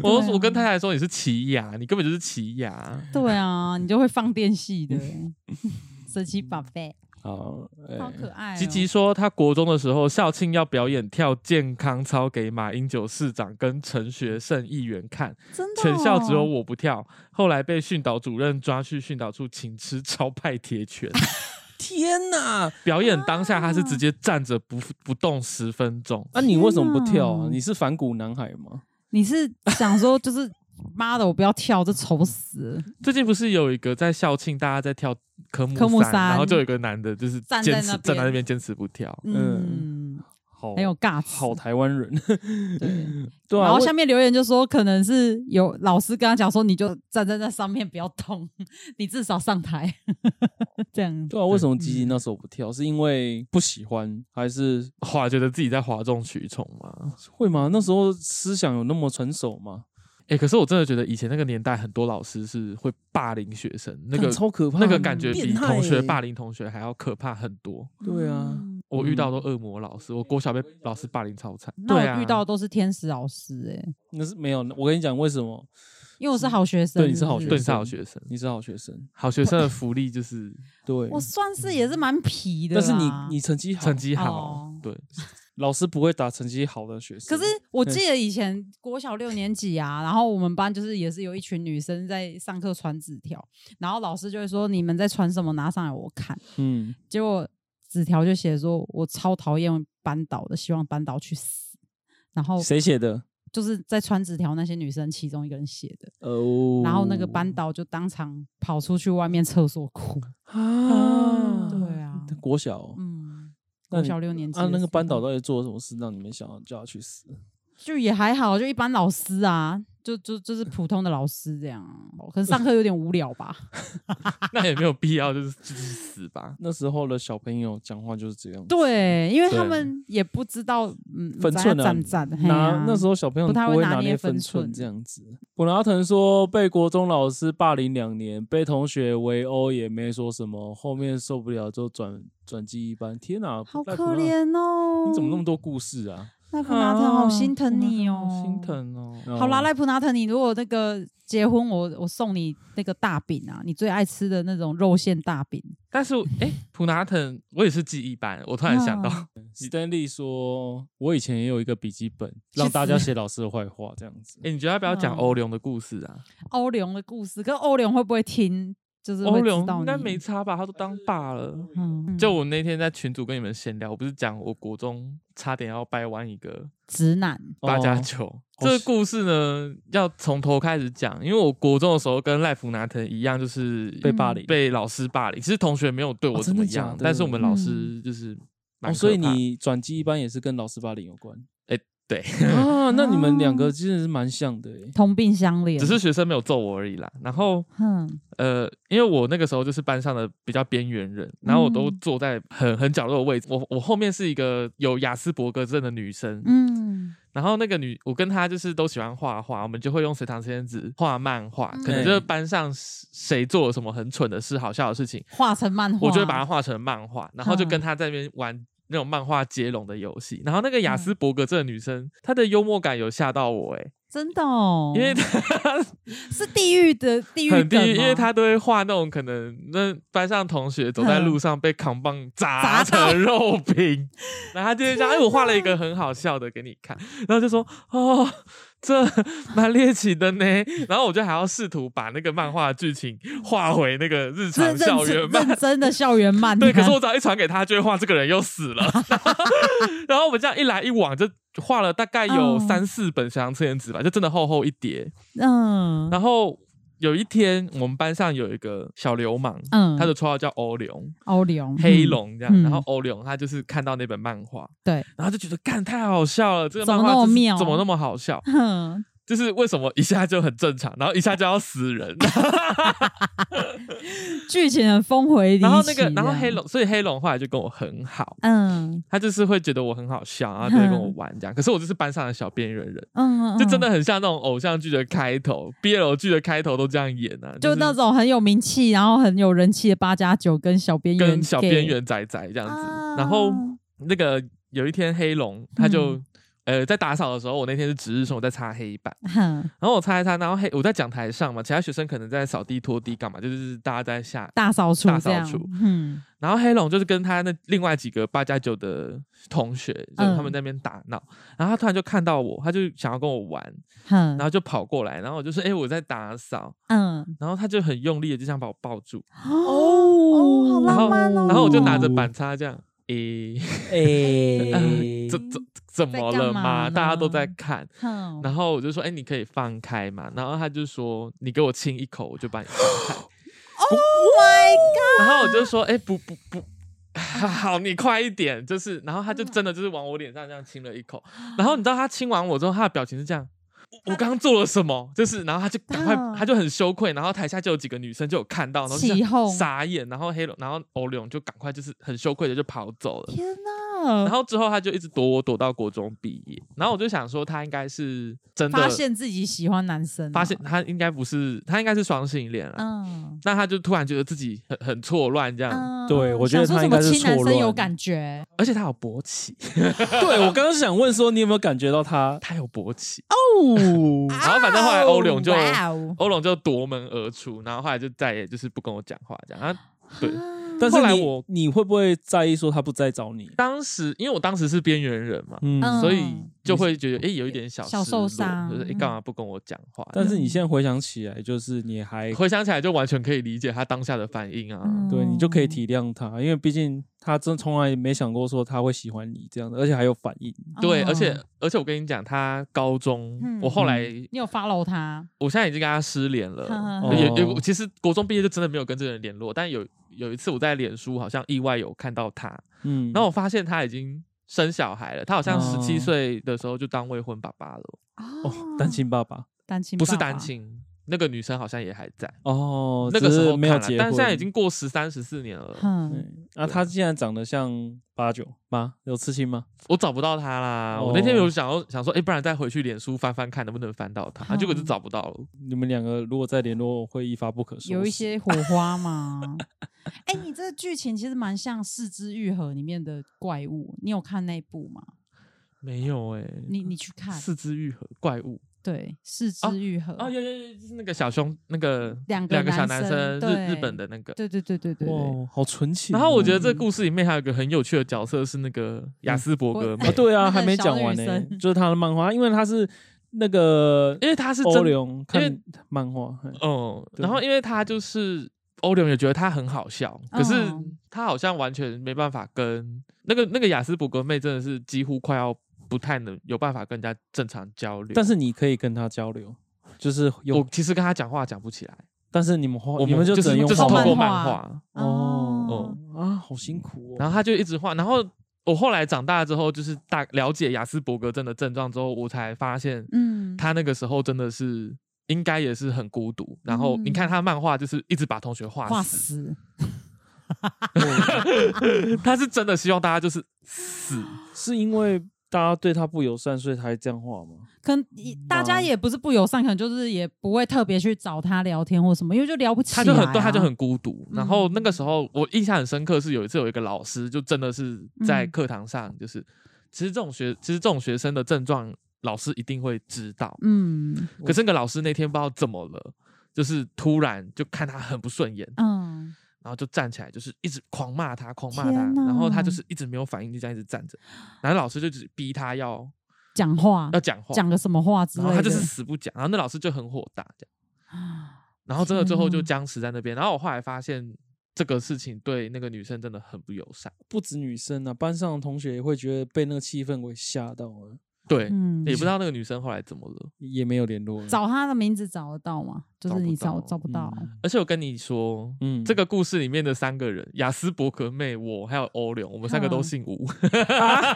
S2: 我
S1: 对啊
S2: 我跟太太说你是奇牙，你根本就是奇牙，
S1: 对啊，你就会放电系的神奇宝贝，
S3: 好，哎
S1: 好可爱哦。
S2: 吉吉说，他国中的时候，校庆要表演跳健康操给马英九市长跟陈学圣议员看，
S1: 真的哦，
S2: 全校只有我不跳，后来被训导主任抓去训导处请吃超派铁拳。
S3: 天哪！
S2: 表演当下，他是
S1: 啊
S2: 直接站着不不动十分钟。
S3: 那你为什么不跳啊
S1: 天？哪
S3: 你是反骨男孩吗？
S1: 你是想说就是妈的，我不要跳，这丑死了，
S2: 最近不是有一个在校庆，大家在跳科目
S1: 科目
S2: 三，
S1: 三
S2: 然后就有一个男的，就是
S1: 站在
S2: 坚持
S1: 那边
S2: 站在那边坚持不跳。
S1: 嗯，
S3: 好
S1: 很有尬词
S3: 好台湾人，
S1: 对。
S3: 对啊，
S1: 然后
S3: 我
S1: 下面留言就说，可能是有老师跟他讲说，你就站在那上面不要动， 你至少上台 这样。
S3: 对啊，为什么
S1: 嗯
S3: 吉吉那时候不跳？是因为不喜欢，还是
S2: 哇，觉得自己在哗众取宠嘛？
S3: 会吗？那时候思想有那么成熟吗？
S2: 哎、可是我真的觉得以前那个年代，很多老师是会霸凌学生，那个
S3: 干超可怕，
S2: 那个感觉比
S3: 变态
S2: 同学
S3: 欸
S2: 霸凌同学还要可怕很多。
S3: 对啊，
S1: 嗯
S2: 我遇到都恶魔老师，我国小被老师霸凌超惨。
S1: 那
S2: 对啊，
S1: 我遇到的都是天使老师哎、
S3: 那是没有。我跟你讲为什么？
S1: 因为我是好学生，
S3: 对你是好
S1: 不
S3: 学
S2: 对是好学生，
S3: 你是好学生，
S2: 好学生的福利就是
S3: 对
S1: 我，算是也是蛮皮的
S3: 但
S1: 啦，
S3: 是你你成绩好，
S2: 成绩好
S1: 哦，
S2: 对，
S3: 老师不会打成绩好的学生。
S1: 可是我记得以前国小六年级啊，然后我们班就是也是有一群女生在上课传纸条，然后老师就会说你们在传什么拿上来我看，
S3: 嗯，
S1: 结果纸条就写说我超讨厌班导的，希望班导去死。然后
S3: 谁写的？
S1: 就是在传纸条那些女生其中一个人写的，
S3: 哦，
S1: 然后那个班导就当场跑出去外面厕所哭。
S3: 啊，
S1: 对啊，
S3: 国小哦，
S1: 嗯，
S3: 那
S1: 国
S3: 你
S1: 小六年级
S3: 啊，
S1: 的
S3: 那个
S1: 时
S3: 班
S1: 候
S3: 导到底做了什么事让你们想要叫他去死？
S1: 就也还好，就一般老师啊，就就就是普通的老师这样，啊可能上课有点无聊吧。
S2: 那也没有必要，就是就是死吧。
S3: 那时候的小朋友讲话就是这样，
S1: 对，因为他
S2: 对
S1: 们也不知道嗯
S3: 分寸啊
S1: 站站
S3: 拿那时
S1: 候
S3: 候小朋友
S1: 不太
S3: 会
S1: 会拿
S3: 拿
S1: 捏
S3: 分
S1: 分
S3: 寸
S1: 寸
S3: 这样子。普拉腾说被国中老师霸凌两年，被同学围殴也没说什么，后面受不了就转转记一班。天哪、
S1: 好
S3: 赖普
S1: 可
S3: 拉，
S1: 怜哦，
S3: 你怎么那么多故事啊？
S1: 赖 普纳特好心疼你哦，
S2: 啊心。疼哦。
S1: 好啦，
S3: 哦
S1: 赖普纳特，你如果那个结婚我，我送你那个大饼啊，你最爱吃的那种肉馅大饼。
S2: 但是哎，普拿腾，我也是记忆班，我突然想到，
S1: 嗯
S3: Stanley 说，我以前也有一个笔记本，让大家写老师的坏话这样 子。
S2: 哎，你觉得要不要讲
S1: 嗯
S2: 欧龙的故事啊？
S1: 欧龙的故事，可是欧龙会不会听？就是
S2: 欧
S1: 会
S2: 龙
S1: 知道
S2: 应
S1: 你
S2: 该没差吧？他都当爸了。
S1: 嗯，
S2: 就我那天在群组跟你们闲聊，我不是讲我国中差点要掰弯一个
S1: 直男
S2: 八加
S3: 哦
S2: 九。这个故事呢，要从头开始讲，因为我国中的时候跟赖福拿腾一样，就是
S3: 被
S1: 嗯
S3: 霸凌、
S2: 被老师霸凌。其实同学没有对我
S3: 哦
S2: 怎
S3: 真
S2: 么
S3: 的
S2: 样，
S3: 假的
S1: 嗯
S2: 但是我们老师就是蛮可怕、
S3: 哦，所以你转机一班也是跟老师霸凌有关。
S2: 哎、对，
S3: 啊，那你 们两个真的是蛮像的欸
S1: 同病相怜，
S2: 只是学生没有揍我而已啦。然后
S1: 嗯
S2: 呃，因为我那个时候就是班上的比较边缘人，然后我都
S1: 嗯
S2: 坐在很很角落的位置，我我后面是一个有雅斯伯格症的女生，
S1: 嗯
S2: 然后那个女，我跟她就是都喜欢画画，我们就会用随堂实验纸画漫画，可能
S3: 嗯
S2: 就是班上谁做了什么很蠢的事、好笑的事情，
S1: 画成漫画，
S2: 我就会把它画成漫画，然后就
S1: 嗯
S2: 跟她在那边玩。那种漫画接龙的游戏，然后那个雅
S1: 嗯
S2: 斯伯格症的女生，她的幽默感有吓到我哎、
S1: 真的哦，
S2: 因为她
S1: 是地狱的地狱梗哦
S2: 很
S1: 吗，
S2: 地狱，因为她都会画那种可能那班上同学走在路上被扛棒砸
S1: 嗯砸到
S2: 成肉饼，然后她就会讲：“哎，我画了一个很好笑的给你看。”然后就说：“哦，这蛮猎奇的呢。”然后我就还要试图把那个漫画剧情画回那个日
S1: 是
S2: 常
S1: 认嗯
S2: 校
S1: 真
S2: 园漫
S1: 认真的校园漫，
S2: 对，可是我只要一传给他，就会画这个人又死了。然后我们这样一来一往，就画了大概有
S1: 嗯
S2: 三四本小羊测验纸吧，就真的厚厚一叠。
S1: 嗯
S2: 然后有一天，我们班上有一个小流氓，
S1: 嗯，
S2: 他的绰号叫欧龙，
S1: 欧流
S2: 黑
S1: 嗯
S2: 龙这样。
S1: 嗯
S2: 然后欧龙他就是看到那本漫画，
S1: 对，
S2: 然后就觉得干太好笑了，这个
S1: 怎
S2: 漫
S1: 么
S2: 画
S1: 那么
S2: 就是
S1: 妙
S2: 怎么那么好笑？
S1: 哼，
S2: 就是为什么一下就很正常，然后一下就要死人，
S1: 剧情很峰回离奇，
S2: 然后那个，然后黑
S1: 这样，
S2: 龙，所以黑龙后来就跟我很好。
S1: 嗯
S2: 他就是会觉得我很好笑，然后就会跟我玩这样。可是我就是班上的小边缘人，
S1: 嗯，嗯
S2: 就真的。很像那种偶像剧的开头、BL 剧的开头都这样演啊，
S1: 就是那种很有名气，然后很有人气的八加九跟小边缘，啊
S2: 跟小边缘仔仔这样子。然后那个有一天黑龙他就、
S1: 嗯
S2: 呃在打扫的时候，我那天是值日生，我在擦黑板，
S1: 哼，
S2: 然后我擦一擦，然后黑我在讲台上嘛，其他学生可能在扫地拖地干嘛，就是大家在下。
S1: 大扫除
S2: 大
S1: 这
S2: 扫
S1: 样
S2: 除，
S1: 嗯
S2: 然后黑龙就是跟他那另外几个八加九的同学，
S1: 嗯
S2: 就是他们在那边打闹，然后他突然就看到我，他就想要跟我玩，
S1: 哼
S2: 然，后就跑过来，然后我就说：“哎、我在打扫。
S1: 嗯”
S2: 然后他就很用力的就想把我抱住，
S1: 哦好
S2: 然后
S1: 浪漫哦，
S2: 然后我就拿着板擦这样，诶、 呃
S3: 哎，
S2: 这这怎么
S1: 在
S2: 了
S1: 干嘛
S2: 吗？
S1: 呢
S2: 大家都在看。
S1: 哼，
S2: 然后我就说：“哎、你可以放开嘛。”然后他就说：“你给我亲一口，我就把你放开。
S1: Oh my god！”
S2: 然后我就说：“哎、不不不。 好，你快一点，就是，然后他就真的就是往我脸上这样亲了一口，
S1: 啊
S2: 然后你知道他亲完我之后，他的表情是这样，我我刚刚做了什么？就是，然后他就赶快
S1: 嗯，
S2: 他就很羞愧，然后台下就有几个女生就有看到，然后就
S1: 起
S2: 这样
S1: 哄
S2: 傻眼，然后黑龙，然后欧龙就赶快就是很羞愧的就跑走了，
S1: 天
S2: 然
S1: 哪！
S2: 后之后他就一直躲我，躲到国中毕业，然后我就想说他应该是真的
S1: 发现自己喜欢男生，哦
S2: 发现，他应该不是，他应该是双性恋了，
S1: 嗯
S2: 那他就突然觉得自己很很错乱这样，
S1: 嗯，
S3: 对我觉得
S1: 想说
S3: 他
S1: 什
S3: 应
S1: 么
S3: 该是
S1: 亲男
S3: 错
S1: 生有
S3: 乱
S1: 感觉
S2: 而且他有勃起，
S3: 对我刚刚想问说，你有没有感觉到他？
S2: 他有勃起，
S3: 哦，
S2: 然后反正后来欧龙就
S1: 哦哇哦
S2: 欧龙就夺门而出，然后后来就再也就是不跟我讲话这样。然后对
S1: 啊
S3: 但是
S2: 后来
S3: 你
S2: 我
S3: 你会不会在意说他不再找你？
S2: 当时因为我当时是边缘人嘛，
S3: 嗯，
S1: 嗯
S2: 所以就会觉得哎、诶有一点小
S1: 小
S2: 失
S1: 受
S2: 落
S1: 伤嗯
S2: 就是哎干嘛不跟我讲话？
S3: 但是你现在回想起来，就是你还
S2: 回想起来就完全可以理解他当下的反应啊。
S1: 嗯
S3: 对你就可以体谅他，因为毕竟他真从来没想过说他会喜欢你这样的，而且还有反应。
S2: 对，
S1: 哦
S2: 而且而且我跟你讲，他高中，
S1: 嗯
S2: 我后来、
S1: 你有 follow 他，
S2: 我现在已经跟他失 联了。
S1: 呵
S3: 呵呵
S2: 有有，
S3: 哦
S2: 其实国中毕业就真的没有跟这个人联络，但有有一次我在脸书好像意外有看到他，
S3: 嗯，
S2: 然后我发现他已经生小孩了，他好像
S3: 哦
S2: 十七岁的时候就当未婚爸爸了，
S3: 哦，单亲爸爸
S1: 单亲
S2: 不是
S1: 爸爸
S2: 单，亲，那个女生好像也还在，
S3: 哦，
S2: 那个
S3: 只
S2: 时
S3: 是
S2: 候
S3: 没有
S2: 看了
S3: 结婚，
S2: 但现在已经过十三十四年了，
S1: 哼，
S3: 对。啊，他竟然长得像八九八，有刺青吗？
S2: 我找不到他啦。
S3: 哦
S2: 我那天有想要想说，哎，不然再回去脸书翻翻看能不能翻到他，
S1: 嗯
S2: 结果就找不到了。
S3: 你们两个如果再联络，会一发不可收拾。
S1: 有一些火花 嘛。哎、你这个剧情其实蛮像《四肢愈合》里面的怪物，你有看那部吗？
S2: 没有哎，
S1: 你你去看，
S2: 四肢愈合怪物
S1: 对，《四
S2: 哦
S1: 肢愈合》
S2: 哦，有有有，就是那个小胸那个
S1: 两个
S2: 两个小
S1: 男
S2: 男生，
S1: 生
S2: 日日
S1: 对
S2: 本的那个。
S1: 对对对对对对，
S3: 哇，好纯情哦。
S2: 然后我觉得这故事里面还有一个很有趣的角色是那个雅斯伯格妹
S3: 啊，，对
S1: 那
S3: 啊，
S1: 个
S3: 还没
S1: 小
S3: 讲
S1: 女
S3: 完呢、
S1: 生
S3: 就是他的漫画，因为他是那个
S2: 因为他是
S3: 欧
S2: 真
S3: 流
S2: 因为
S3: 看漫画，嘿
S2: 嗯，
S3: 对
S2: 然后因为他就是欧流也觉得他很好笑，可是
S1: 嗯
S2: 他好像完全没办法跟那个那个雅斯伯格妹真的是几乎快要不太能有办法跟人家正常交流。
S3: 但是你可以跟他交流，就是有
S2: 我，其实跟他讲话讲不起来，
S3: 但是你们画，
S2: 我
S3: 你们
S2: 就
S3: 只
S2: 是
S3: 能用
S2: 就是
S3: 画
S2: 透
S3: 漫
S2: 过
S1: 画
S2: 漫画，
S3: 哦
S2: 哦
S3: 啊，好辛苦哦。
S2: 然后他就一直画，然后我后来长大之后，就是大了解雅斯伯格症的症状之后，我才发现，
S1: 嗯，
S2: 他那个时候真的是应该也是很孤独。然后你
S1: 嗯
S2: 看他漫画，就是一直把同学画
S1: 画
S2: 死，
S1: 死，
S2: 他是真的希望大家就是死。
S3: 是因为大家对他不友善，所以才这样画吗？
S1: 可能一
S2: 嗯
S1: 大家
S2: 啊
S3: 哇
S1: 也不是不友善，可能就是也不会特别去找他聊天或什么，因为就聊不起
S2: 他
S1: 来、啊。
S2: 就很对，他就很孤独。然后
S1: 嗯
S2: 那个时候我印象很深刻，是有一次有一个老师，就真的是在
S1: 嗯
S2: 课堂上，就是、其实这种学，其实这种学生的症状，老师一定会知道。
S1: 嗯
S2: 可是那个老师那天不知道怎么了，就是突然就看他很不顺眼，
S1: 嗯，
S2: 然后就站起来，就是一直狂骂他，狂骂他
S1: 天，哪
S2: 然后他就是一直没有反应，就这样一直站着。然后老师就只逼他要
S1: 讲话
S2: 要讲话，
S1: 讲个什么话之
S2: 呃然
S1: 类
S2: 后
S1: 的，啊
S2: 他就是死不讲。然后那老师就很火大，这样。然后真的最后就
S1: 天哪
S2: 僵持在那边。然后我后来发现这个事情对那个女生真的很不友善，
S3: 不止女生啊，班上的同学也会觉得被那个气氛给吓到了，
S2: 对，
S1: 嗯
S2: 也不知道那个女生后来怎么了。
S3: 也没有联络了。
S1: 找他的名字找得到吗？就是你找
S2: 找
S1: 找
S2: 不
S1: 不到，
S3: 嗯
S2: 而且我跟你说。
S3: 嗯
S2: 这个故事里面的三个人，雅斯伯格妹、我还有欧柳，我们三个都
S1: 嗯
S2: 姓吴，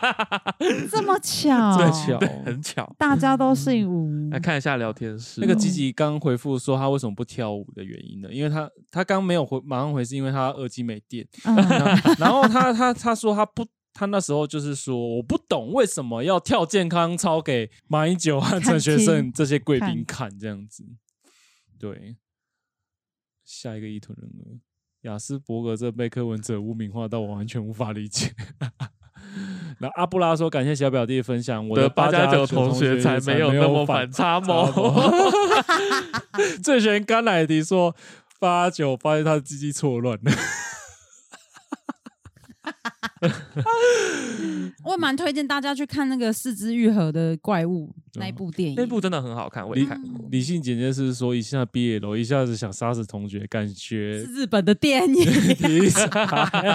S1: 这么巧，
S2: 哦
S3: 这么巧哦
S2: 对， 嗯很巧。
S1: 大家都姓吴，
S2: 来看一下聊天室，
S3: 那个吉吉刚回复说他为什么不跳舞的原因呢？因为他他刚没有回，马上回是因为他耳机没电。
S1: 嗯
S3: 然后他他他说他不，他那时候就是说我不懂为什么要跳健康操给马英九和陈学圣这些贵宾看这样子。对，下一个意图人物雅斯伯格这被柯文哲污名化到我完全无法理解。 那阿布拉说：“感谢小表弟的分享，我
S2: 的
S3: 八
S2: 八
S3: 加
S2: 加
S3: 九
S2: 九
S3: 同
S2: 同学才
S3: 没
S2: 没有那么
S3: 反
S2: 反差 萌。
S3: 哦，最选甘乃迪说八九发现他的鸡鸡错乱了，
S1: 我也蛮推荐大家去看那个《四肢愈合的怪物》那一部电影，
S2: 哦那部真的很好看，我也看过。
S3: 理性简介是说一下毕业楼，一下子想杀死同学，感觉
S1: 嗯是日本的电 影，
S3: 理想。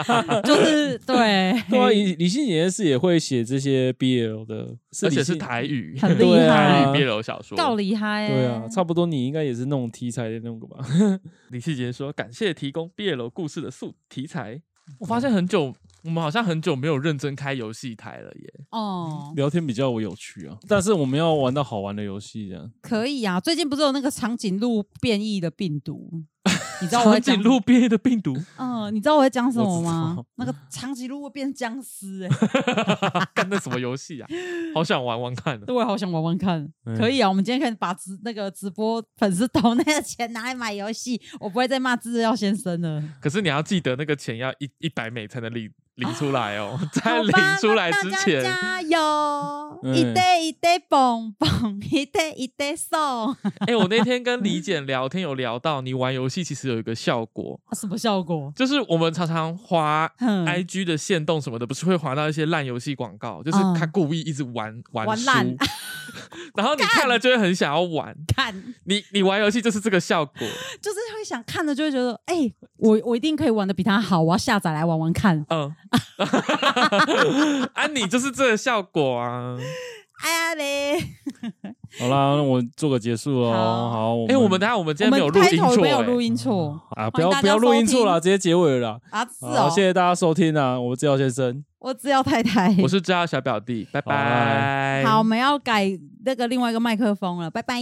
S1: 就是 对，
S3: 对啊，理理性简介是也会写这些毕业楼的，
S2: 而且
S3: 理
S2: 是
S3: 性
S2: 台语，
S1: 很厉
S3: 对
S1: 害
S2: 台
S3: 啊
S2: 语，BL 小说。
S1: 够厉害、欸，
S3: 对啊，差不多你应该也是那种题材的那个吧？
S2: 李世杰说：“感谢提供 BL 故事的素题材。”我发现很久，我们好像很久没有认真开游戏台了耶。
S1: 哦，
S2: 嗯
S3: 聊天比较我有趣啊，但是我们要玩到好玩的游戏这样。
S1: 可以啊。最近不是有那个长颈鹿变异的病毒？ 你知道我
S2: 长
S1: 在讲
S2: 颈鹿嗯毕业的病毒，
S1: 嗯、你知道我在讲什么
S3: 我知
S1: 吗
S3: 道？
S1: 那个长颈鹿会变僵尸、欸，
S2: 干那什么游戏啊？好想玩玩看哦。
S1: 我也好想玩玩看。
S3: 嗯
S1: 可以啊，我们今天可以把直那个直播粉丝投那个钱拿来买游戏，我不会再骂制药先生了。
S2: 可是你要记得那个钱要一一百美才能领领出来哦，在
S1: 好
S2: 领
S1: 吧
S2: 出
S1: 那
S2: 来
S1: 大
S2: 之
S1: 家
S2: 前，
S1: 加油！
S3: 嗯
S1: 一堆一堆蹦蹦，一堆一堆送， 啊
S2: 哎、我那天跟李简聊天有聊到，你玩游戏其实有一个效果，
S1: 什么效果？
S2: 就是我们常常滑
S1: 哼
S2: I G 的线动什么的，不是会滑到一些烂游戏广告，就是
S1: 嗯
S2: 他故意一直玩玩
S1: 玩
S2: 输
S1: 烂
S2: 然后你看了就会很想要玩。
S1: 看
S2: 你你玩游戏就是这个效果，
S1: 就是会想看的，就会觉得，哎、我我一定可以玩的比他好，我要下载来玩玩看。
S2: 嗯， 啊，你就是这个效果啊。
S1: 哎呀嘞，
S3: 好啦，那我做个结束喽。
S1: 好
S3: 好，我
S2: 哎、我们等一下我们今天没有
S1: 我
S2: 录
S1: 们
S2: 音
S1: 开头
S2: 错、
S1: 没有录
S2: 欸，
S1: 音错
S3: 啊，不
S1: 欢迎
S3: 要
S1: 大
S3: 不
S1: 家
S3: 要录音
S1: 收听
S3: 错了，直接结尾了啦。
S2: 嗯
S1: 啊，是
S3: 好，
S1: 哦，
S3: 谢谢大家收听啊，我是志尧先生。
S1: 我只要太太。
S2: 我是知道小表弟，拜
S3: 好拜
S2: 拜。
S1: 啊好，我们要改那个另外一个麦克风了，拜拜。